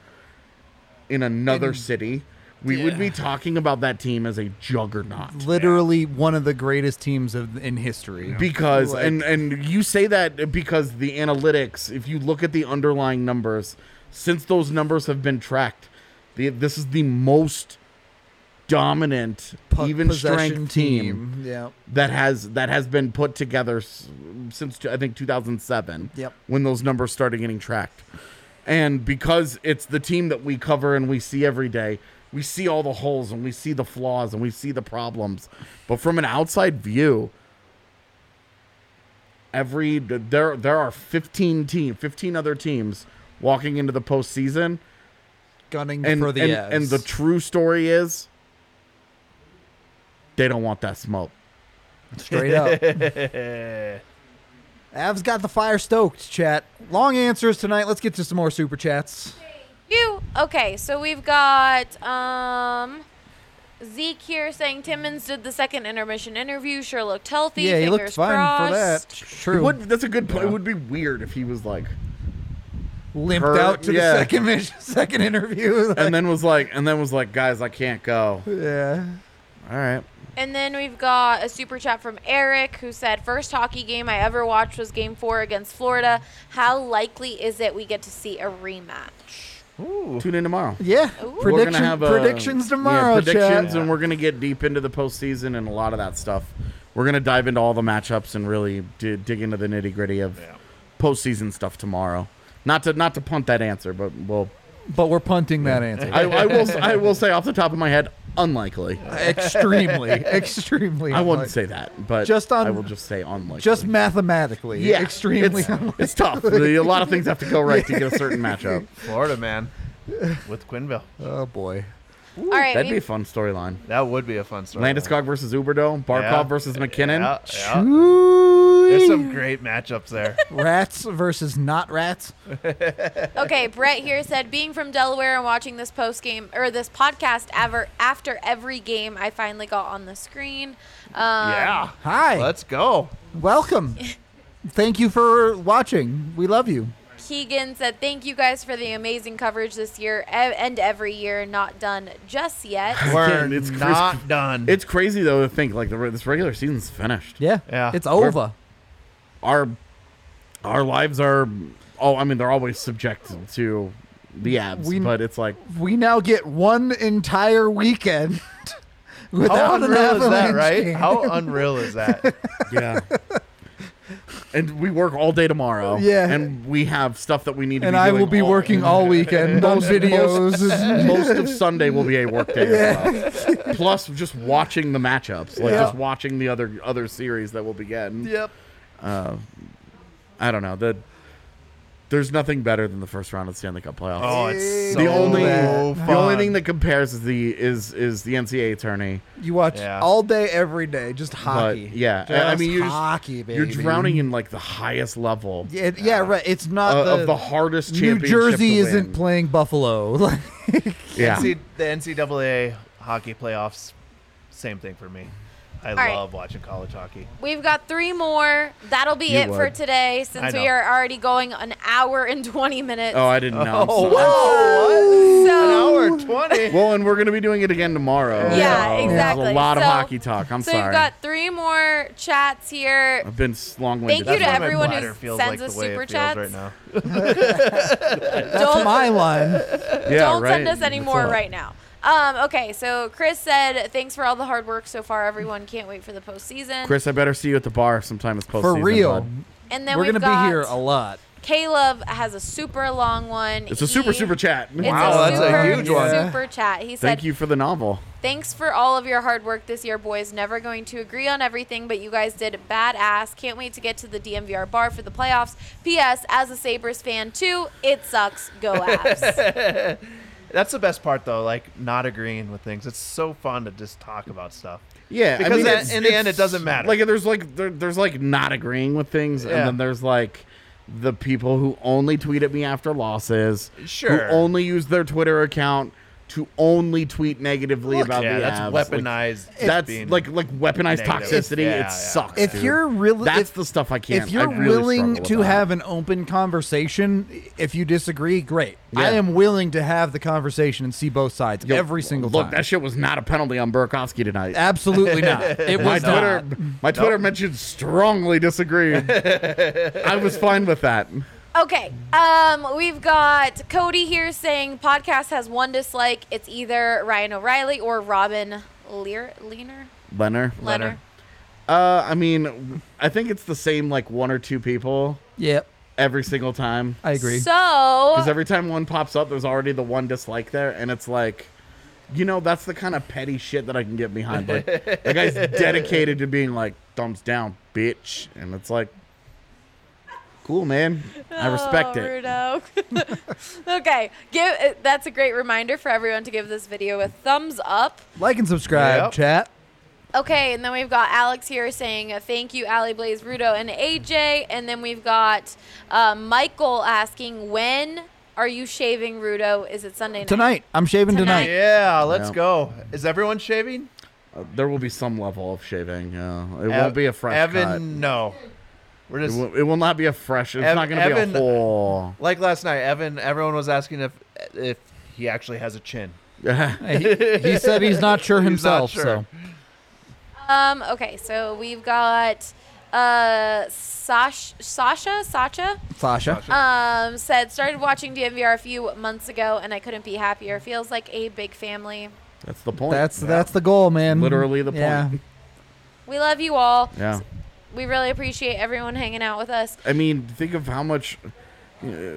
B: in another city, we would be talking about that team as a juggernaut.
A: Literally one of the greatest teams of, in history.
B: Because
A: Like-
B: and and you say that because the analytics, if you look at the underlying numbers, since those numbers have been tracked, the, this is the most dominant
A: Pu-
B: even
A: possession
B: strength team
A: Yeah.
B: that has that has been put together s- since t- I think 2007.
A: Yep.
B: When those numbers started getting tracked, and because it's the team that we cover and we see every day, we see all the holes and we see the flaws and we see the problems. But from an outside view, every there there are 15 team 15 other teams walking into the postseason
A: Gunning
B: and
A: for the
B: and,
A: Avs.
B: and the true story is they don't want that smoke
A: Straight up. Avs got the fire stoked, chat. Long answers tonight. Let's get to some more super chats.
C: You okay? So we've got um, Zeke here saying Timmons did the second intermission interview. Sure looked healthy.
A: yeah, he
C: fingers
A: looked fine
C: crossed.
A: for that.
B: It
A: True.
B: would, that's a good point. It would be weird if he was like,
A: Limped
B: Her-
A: out to
B: yeah.
A: the second mis- second interview.
B: and then was like, and then was like, guys, I can't go.
A: yeah.
B: All right.
C: And then we've got a super chat from Eric who said, First hockey game I ever watched was game four against Florida. How likely is it we get to see a rematch?
B: Tune in tomorrow.
A: Yeah.
B: We're
A: Prediction,
B: gonna have a-
A: predictions tomorrow,
B: Yeah, predictions,
A: chat.
B: and we're gonna get deep into the postseason and a lot of that stuff. We're gonna dive into all the matchups and really d- dig into the nitty gritty of postseason stuff tomorrow. Not to not to punt that answer, but well,
A: But we're punting that answer.
B: I, I will I will say off the top of my head, unlikely.
A: extremely, extremely.
B: I wouldn't
A: unlike-
B: say that, but
A: Just on-
B: I will just say unlikely.
A: Just mathematically,
B: yeah,
A: extremely.
B: It's,
A: unlike-
B: it's tough. A lot of things have to go right to get a certain matchup.
D: Florida man, with Quinville.
A: oh boy,
C: All right.
B: That'd be a
C: we've-
B: fun storyline.
D: That would be a fun story.
B: Landeskog versus Uberdo, Barkov
D: Yeah.
B: versus McKinnon.
D: Yeah,
B: Uh,
D: yeah. There's some
A: Chewy.
D: great matchups there.
A: rats versus not rats.
C: okay, Brett here said, Being from Delaware and watching this post game or this podcast ever after every game, I finally got on the screen. Um,
D: yeah.
A: Hi,
D: Let's go.
A: welcome. Thank you for watching. We love you.
C: Keegan said, Thank you guys for the amazing coverage this year e- and every year. Not done just yet.
D: We're
B: Again, it's Chris-
D: not done.
B: It's crazy though to think like the, re- this regular season's finished.
A: Yeah,
D: Yeah.
A: It's over.
B: Our our lives are oh I mean they're always subject to the abs,
A: We-
B: but it's like
A: we now get one entire weekend
D: How
A: without an
D: unreal is that,
A: avalanche
D: right?
A: game.
D: How unreal is that?
B: yeah. and we work all day tomorrow.
A: Yeah.
B: and we have stuff that we need to.
A: and
B: be
A: I
B: doing
A: will be
B: all-
A: working all weekend on videos.
B: Most of Sunday will be a work day as well. Plus, just watching the matchups, like
A: Yeah.
B: just watching the other other series that we'll begin.
A: yep.
B: I don't know. The there's nothing better than the first round of the Stanley Cup playoffs.
D: Oh, it's so
B: the only
D: bad. Oh,
B: the only thing that compares is the is is the NCAA tourney.
A: You watch
D: Yeah.
A: all day, every day, just
B: But
A: hockey.
B: yeah,
A: Just
B: I mean you're just-
A: hockey, baby.
B: you're drowning in like the highest level
A: Yeah, yeah, right. It's not
B: uh,
A: the,
B: of the hardest
A: New
B: championship.
A: Jersey
B: to
A: isn't
B: win.
A: playing Buffalo. Like,
B: Yeah.
D: NC the NCAA hockey playoffs, same thing for me. I
C: right.
D: love watching college hockey.
C: We've got three more. That'll be
B: You
C: it for
B: would.
C: today
D: I
C: since we
D: know.
C: are already going an hour and 20 minutes.
B: Oh, I didn't know. I'm sorry.
C: so,
D: Hour twenty.
B: Well, and we're gonna be doing it again tomorrow.
C: Yeah,
B: so
C: exactly.
B: There's a lot of
C: So-
B: hockey talk. I'm
C: so
B: sorry.
C: you've got three more chats here.
B: I've been s- long-winded.
C: Thank you
D: That's why
C: to
D: my
C: everyone who
D: bladder feels
C: sends
D: like
C: us
D: the way
C: super
D: it feels
C: chats.
D: right now.
A: that's my line.
B: Yeah,
C: Don't
B: right.
C: send us any
B: That's
C: more
B: all.
C: right now. Um, okay, so Chris said, "Thanks for all the hard work so far, everyone. Can't wait for the postseason."
B: Chris, I better see you at the bar sometime as postseason.
A: For real.
B: bud.
C: and then
A: We're
C: we've
A: going to
C: got
A: be here a lot.
C: Caleb has a super long one.
B: It's a super
C: He-
B: super chat.
C: It's
D: Wow,
C: a
D: that's
C: super,
D: a huge
A: one.
C: Super chat. He said,
B: Thank you for the novel.
C: Thanks for all of your hard work this year, boys. Never going to agree on everything, but you guys did badass. Can't wait to get to the DMVR bar for the playoffs. P.S. As a Sabres fan, too, it sucks. Go Avs.
D: That's the best part, though. Like not agreeing with things. It's so fun to just talk about stuff.
B: Yeah,
D: Because at-
B: it's-
D: in the
B: it's-
D: end, it doesn't matter.
B: Like there's like there, there's like not agreeing with things,
D: Yeah.
B: and then there's like the people who only tweet at me after losses,
D: Sure.
B: who only use their Twitter account to only tweet negatively about
D: yeah,
B: the
D: that's
B: Avs. Like,
D: weaponized. just
B: that's
D: being-
B: like like weaponized
D: negative.
B: toxicity.
D: Yeah,
B: it
D: yeah.
B: sucks.
A: If
B: dude.
A: you're really
B: that's
A: if,
B: the stuff I can't.
A: if you're
B: I really
A: willing
B: struggle
A: to
B: with that.
A: have an open conversation, if you disagree, great. I
B: Yeah.
A: am willing to have the conversation and see both sides
B: Yo,
A: every single
B: look,
A: time.
B: that shit was not a penalty on Burkowski tonight.
A: Absolutely not. It
B: my
A: was
B: Twitter,
A: not.
B: my Twitter mentioned strongly disagreed. I was fine with that.
C: okay. Um, we've got Cody here saying podcast has one dislike. It's either Ryan O'Reilly or Robin Lear Leaner?
B: Leonard.
C: Leonard.
B: Uh, I mean, I think it's the same like one or two people
A: Yep,
B: every single time.
A: I agree.
C: So
B: Because every time one pops up, there's already the one dislike there, and it's like, you know, that's the kind of petty shit that I can get behind. Like, the guy's dedicated to being like thumbs down, bitch, and it's like, cool, man. I respect
C: Oh,
B: it.
C: Rudo. okay, give uh, that's a great reminder for everyone to give this video a thumbs up.
A: Like and subscribe,
D: Yep.
A: chat.
C: Okay, and then we've got Alex here saying uh, thank you, Ali Blaze, Rudo, and AJ. And then we've got uh, Michael asking when are you shaving, Rudo? Is it Sunday night?
A: Tonight, I'm shaving
C: Tonight.
A: tonight.
D: yeah, let's
B: Yeah.
D: go. Is everyone shaving?
B: Uh, there will be some level of shaving. Yeah, it
D: Ev-
B: won't be a fresh
D: Evan,
B: cut.
D: no. We're
B: It
D: just
B: will, it will not be a fresh. It's
D: Ev-
B: not going to
D: Evan-
B: be a whole.
D: like last night. Evan, everyone was asking if if he actually has a chin.
A: He, he said he's not sure
D: not
A: himself.
D: sure.
A: So
C: Um, okay, so we've got uh, Sash- Sasha, Sacha.
A: Sasha,
C: um, said started watching DMVR a few months ago, and I couldn't be happier. Feels like a big family.
B: That's the point.
A: that's that's the goal, man.
B: literally the point.
A: Yeah.
C: We love you all.
B: Yeah.
C: We really appreciate everyone hanging out with us.
B: I mean, think of how much. Uh,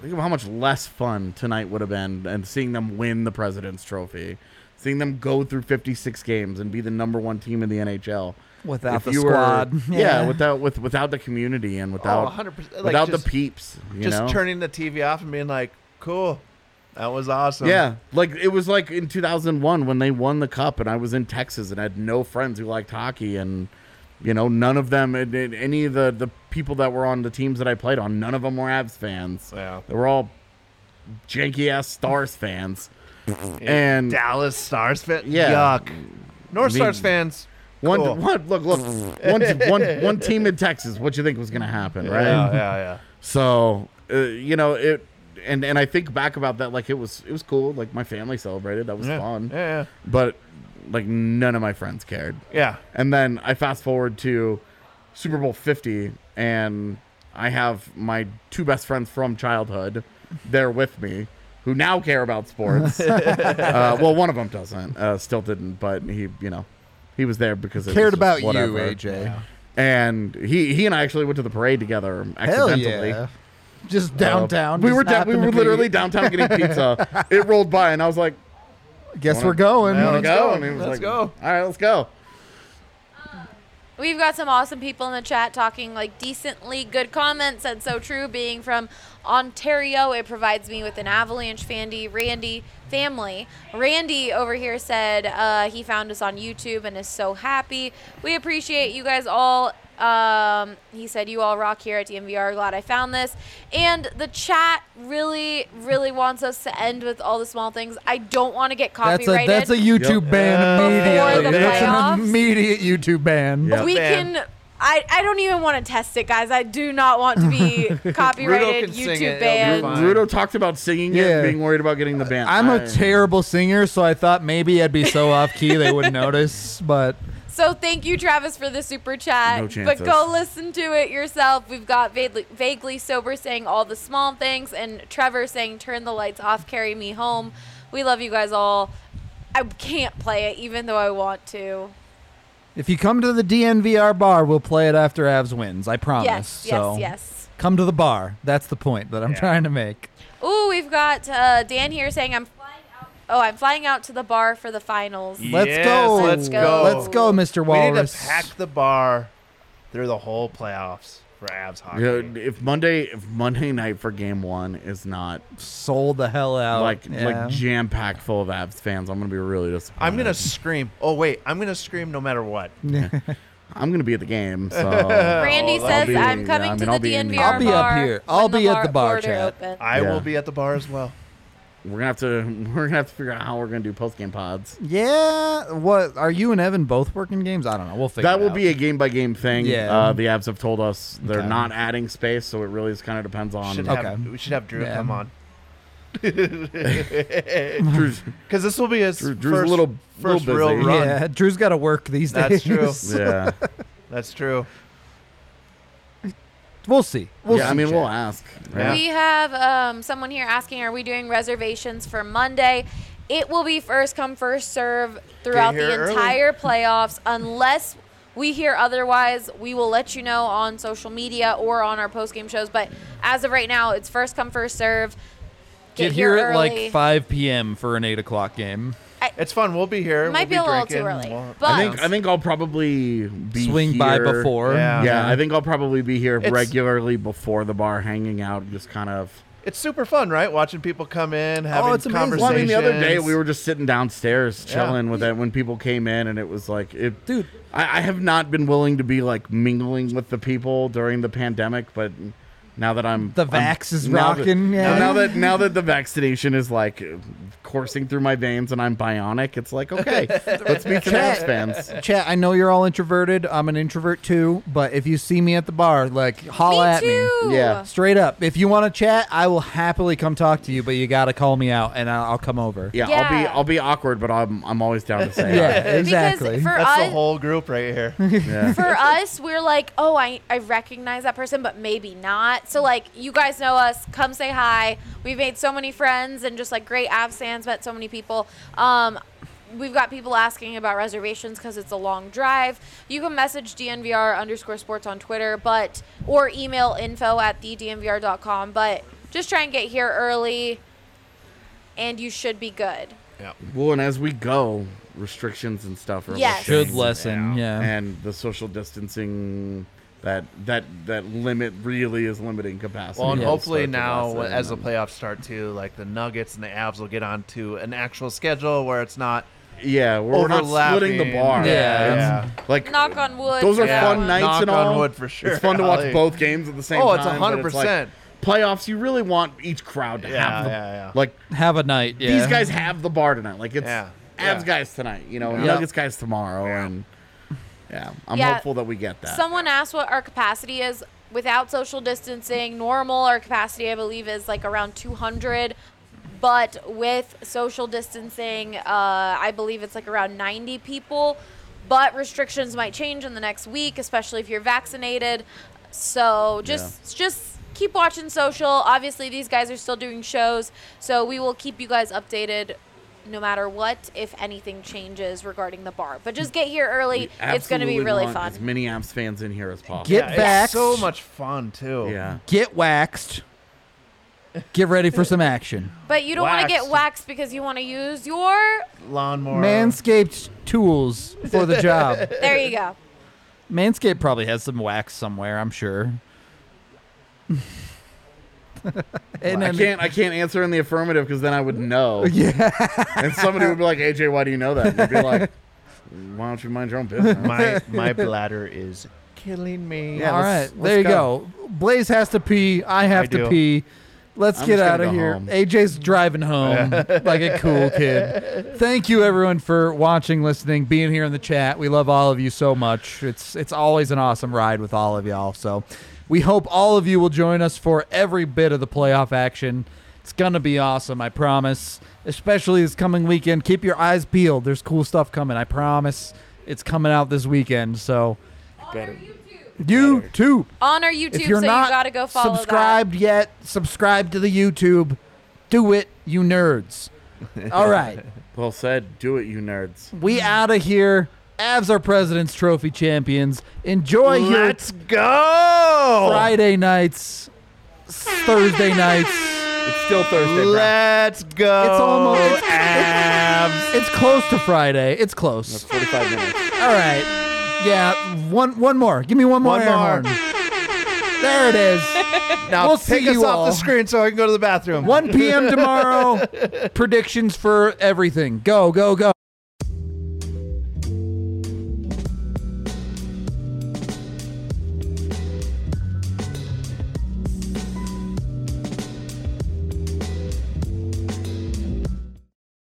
B: think of how much less fun tonight would have been, and seeing them win the President's Trophy, seeing them go through 56 games and be the number one team in the NHL.
A: Without
B: If
A: the
B: you were-
A: squad,
B: yeah. without with without the community and
D: Oh,
B: without
D: 100%. Like,
B: without
D: just,
B: the peeps. You
D: just
B: know?
D: turning the TV off and being like, cool. That was awesome.
B: Yeah, like it was like in 2001 when they won the cup, and I was in Texas and I had no friends who liked hockey, and you know none of them, and, and any of the the people that were on the teams that I played on, none of them were Avs fans.
D: Yeah.
B: They were all janky ass Stars fans, and
D: Dallas Stars fan.
B: Yeah.
D: Yuck. North
B: I mean-
D: Stars fans.
B: one
D: cool.
B: one look look one one one team in Texas. What you think was gonna happen, right?
D: Yeah, yeah, yeah.
B: So uh, you know it. And, and I think back about that like it was it was cool like my family celebrated that was
D: Yeah.
B: fun
D: Yeah,
B: but like none of my friends cared.
D: yeah.
B: And then I fast forward to Super Bowl 50, and I have my two best friends from childhood there with me who now care about sports. uh, well, one of them doesn't, uh, still didn't, but he, you know, he was there because it
A: Cared
B: was just
A: about you,
B: whatever.
A: AJ.
B: And he he and I actually went to the parade together
A: Hell
B: accidentally.
A: yeah. Just
B: Uh,
A: downtown.
B: we
A: just
B: were down, we
A: happened
B: were
A: to be-
B: literally downtown getting pizza. it rolled by, and I was like,
A: Guess
B: wanna-
A: we're going.
B: "Want to
D: let's
B: go?"
D: go.
B: And he was
D: Let's
B: like,
D: go.
B: "All right, let's go."
C: We've got some awesome people in the chat talking like decently good comments and so true being from Ontario. It provides me with an avalanche fandy Randy family. Randy over here said uh, he found us on YouTube and is so happy. We appreciate you guys all. Um, he said you all rock here at DMVR. Glad I found this. And the chat really, really wants us to end with all the small things. I don't want to get
A: That's a
C: copyrighted.
A: that's a YouTube
B: Yep.
A: ban
C: Before
A: immediately.
C: the
A: That's an
C: playoffs?
A: immediate YouTube ban.
B: Yeah.
C: we
D: man.
C: can. I, I don't even want to test it, guys. I do not want to be copyrighted,
D: can sing
C: YouTube
D: it, it'll be
C: banned.
D: fine.
B: Rudo talked about singing it,
A: Yeah.
B: and being worried about getting the band.
A: I'm
B: I-
A: a terrible singer, so I thought maybe I'd be so off key they wouldn't notice. But
C: So thank you, Travis, for the super chat.
B: No
C: but
B: chances.
C: go listen to it yourself. We've got vaguely, vaguely sober saying all the small things, and Trevor saying turn the lights off, carry me home. We love you guys all. I can't play it, even though I want to.
A: if you come to the DNVR bar, we'll play it after Avs wins. I promise.
C: yes,
A: so
C: yes, yes.
A: Come to the bar. That's the point that I'm trying to make.
C: Ooh, we've got uh, Dan here saying I'm flying out. Oh, I'm flying out to the bar for the finals.
A: Let's
D: Yes,
A: go.
D: Let's go.
A: Let's go, Mr.
D: We need
A: Walrus.
D: to pack the bar through the whole playoffs for Avs hockey.
B: You know, if Monday, if Monday night for Game One is not
A: Sold the hell out.
B: like
A: Oh, Yeah.
B: like jam packed full of Avs fans, I'm gonna be really disappointed.
D: I'm gonna scream. Oh wait, I'm gonna scream no matter what.
B: I'm gonna be at the game. So
C: Randy
D: I'll
C: says
B: be-
C: I'm
B: I
C: coming
B: mean,
C: to
B: I'll
C: the
B: be in the-
C: DNVR
A: I'll be up
C: bar
A: here. I'll
C: when
A: be at the bar
C: border
A: chat.
C: opens.
D: I
B: Yeah.
D: will be at the bar as well.
B: we're gonna have to we're gonna have to figure out how we're gonna do post game pods.
A: yeah. What are you and Evan both working games? I don't know. We'll figure.
B: That
A: it
B: will
A: out.
B: be a game by game thing.
A: Yeah.
B: Uh, the Avs have told us they're
A: Okay.
B: not adding space, so it really just kind of depends on
D: Should
A: Okay.
D: have, we should have Drew
A: Yeah.
D: come on
B: Drew's,
D: because this will be his
B: Drew- Drew's a
D: first,
B: little-
D: first
B: little busy.
D: real run.
A: Yeah, Drew's got to work these days.
D: That's true.
B: yeah.
D: That's true.
A: We'll see. We'll
B: yeah,
A: see.
B: I mean,
A: Jack.
B: we'll ask.
D: Yeah.
C: We have um, someone here asking, are we doing reservations for Monday? It will be first come, first serve throughout
D: Get
C: the
D: here early.
C: entire playoffs unless we hear otherwise. We will let you know on social media or on our post game shows. But as of right now, it's first come, first serve. Get,
A: get here at
C: early.
A: like 5 p.m. for an 8 o'clock game.
D: It's fun. We'll be here.
C: Might be
D: we'll
C: a little too
D: drinking.
C: early,
D: We'll-
C: but-
B: I think I think I'll probably be
A: Swing by
B: here-
A: before.
D: Yeah.
B: Yeah, I think I'll probably be here
D: It's-
B: regularly before the bar, hanging out, just kind of.
D: it's super fun, right? Watching people come in, having
A: it's amazing.
D: conversations.
B: Oh, Well, I mean, the other day we were just sitting downstairs
D: Yeah.
B: chilling with it when people came in, and it was like, it,
A: Dude.
B: I, I have not been willing to be like mingling with the people during the pandemic, but now that I'm
A: The
B: I'm-
A: vax is
B: now that-
A: rocking, yeah.
B: Now that now that the vaccination is like coursing through my veins and I'm bionic, it's like okay, let's be some
A: Chat.
B: Avs fans.
A: Chat, I know you're all introverted. I'm an introvert too, but if you see me at the bar, like holla
C: Me
A: at
C: too.
B: Yeah.
A: me. Straight up. If you want to chat, I will happily come talk to you, but you got to call me out and I'll, I'll come over.
B: Yeah, I'll be
C: Yeah.
B: I'll be awkward, but I'm I'm always down to say
A: Yeah,
B: hi.
A: exactly.
C: Because for
D: That's the
C: us,
D: whole group right here.
B: Yeah.
C: for us, we're like, oh, I, I recognize that person, but maybe not. So, like, you guys know us. Come say hi. We've made so many friends and just like great Avs fans, met so many people. Um, we've got people asking about reservations because it's a long drive. You can message DNVR underscore sports on Twitter, but or email info at thednvr.com. But just try and get here early, and you should be good.
B: Well, and as we go, restrictions and stuff are
C: Yes.
A: Should
B: lifting,
A: lesson. Yeah.
B: and the social distancing that that that limit really is limiting capacity.
D: well, and
B: will
D: hopefully
B: start to
D: now,
B: lessen,
D: as the
B: and-
D: playoffs start too, like the Nuggets and the Avs will get onto an actual schedule where it's not
B: yeah, we're, we're not splitting the
D: overlapping.
B: bar.
A: Yeah.
B: It's- like
C: Knock on wood.
B: those are
C: for that
D: Yeah.
B: fun
C: one.
B: nights
D: Knock
B: and
D: on
B: all.
D: wood for sure.
B: It's fun to watch
D: Like-
B: both games at the same
D: Oh,
B: time.
D: it's
B: but like,
D: 100%.
B: Playoffs, you really want each crowd to
D: Yeah,
B: have the,
D: yeah, yeah.
B: like
A: Have a night. Yeah.
B: these guys have the bar tonight. Like it's
D: Yeah,
B: Avs
D: yeah.
B: guys tonight, you know,
A: Yeah.
B: Nuggets guys tomorrow, and yeah, I'm
C: Yeah.
B: hopeful that we get that.
C: Someone asked what our capacity is without social distancing. Normal, our capacity, I believe, is like around 200. But with social distancing, uh, I believe it's like around 90 people. But restrictions might change in the next week, especially if you're vaccinated. So just just keep watching social. Obviously, these guys are still doing shows, so we will keep you guys updated no matter what if anything changes regarding the bar. But just get here early. It's going to be
B: Absolutely
C: really
B: want
C: fun.
B: As many Amps fans in here as possible.
A: Get
D: It's
A: vaxxed.
D: so much fun too.
B: yeah.
A: Get waxed. Get ready for some action.
C: But you don't want to get
D: Waxed.
C: waxed because you want to use your.
D: Lawnmower.
A: Manscaped tools for the job.
C: There you go.
A: Manscaped probably has some wax somewhere, I'm sure. and
B: I
A: then-
B: can't. I can't answer in the affirmative because then I would know.
A: Yeah.
B: And somebody would be like, "AJ, why do you know that?" And you'd be like, "Why don't you mind your own business?"
D: My my bladder is killing me.
A: All right.
B: let's-
A: there
B: let's
A: you go. Blaze has to pee. I have
D: I
A: to
D: do.
A: pee. Let's
B: I'm
A: get
B: just gonna
A: out of
B: go
A: here.
B: home.
A: AJ's driving home like a cool kid. Thank you everyone for watching, listening, being here in the chat. We love all of you so much. It's it's always an awesome ride with all of y'all. So we hope all of you will join us for every bit of the playoff action. It's gonna be awesome, I promise. Especially this coming weekend. Keep your eyes peeled. There's cool stuff coming, I promise. It's coming out this weekend, so
B: Better.
A: you too
C: On our YouTube,
A: if you're
C: so
A: not
C: you got to go follow
A: subscribed yet, subscribe to the YouTube. Do it, you nerds. All right,
B: Well said. Do it, you nerds.
A: we out of here. Avs are President's Trophy champions. Enjoy
D: Let's go.
A: your Friday nights, Thursday nights.
B: It's still Thursday. bro.
D: Let's go.
A: It's almost it's,
D: abs.
A: it's close to Friday. It's close.
B: Forty-five minutes.
A: All right. Yeah, one one more. Give me one more
D: One
A: air horn.
D: more.
A: There it is.
D: Now
A: We'll
D: take
A: see
D: us
A: you
D: off
A: all.
D: the screen so I can go to the bathroom.
A: 1 p.m. tomorrow. Predictions for everything. Go, go, go.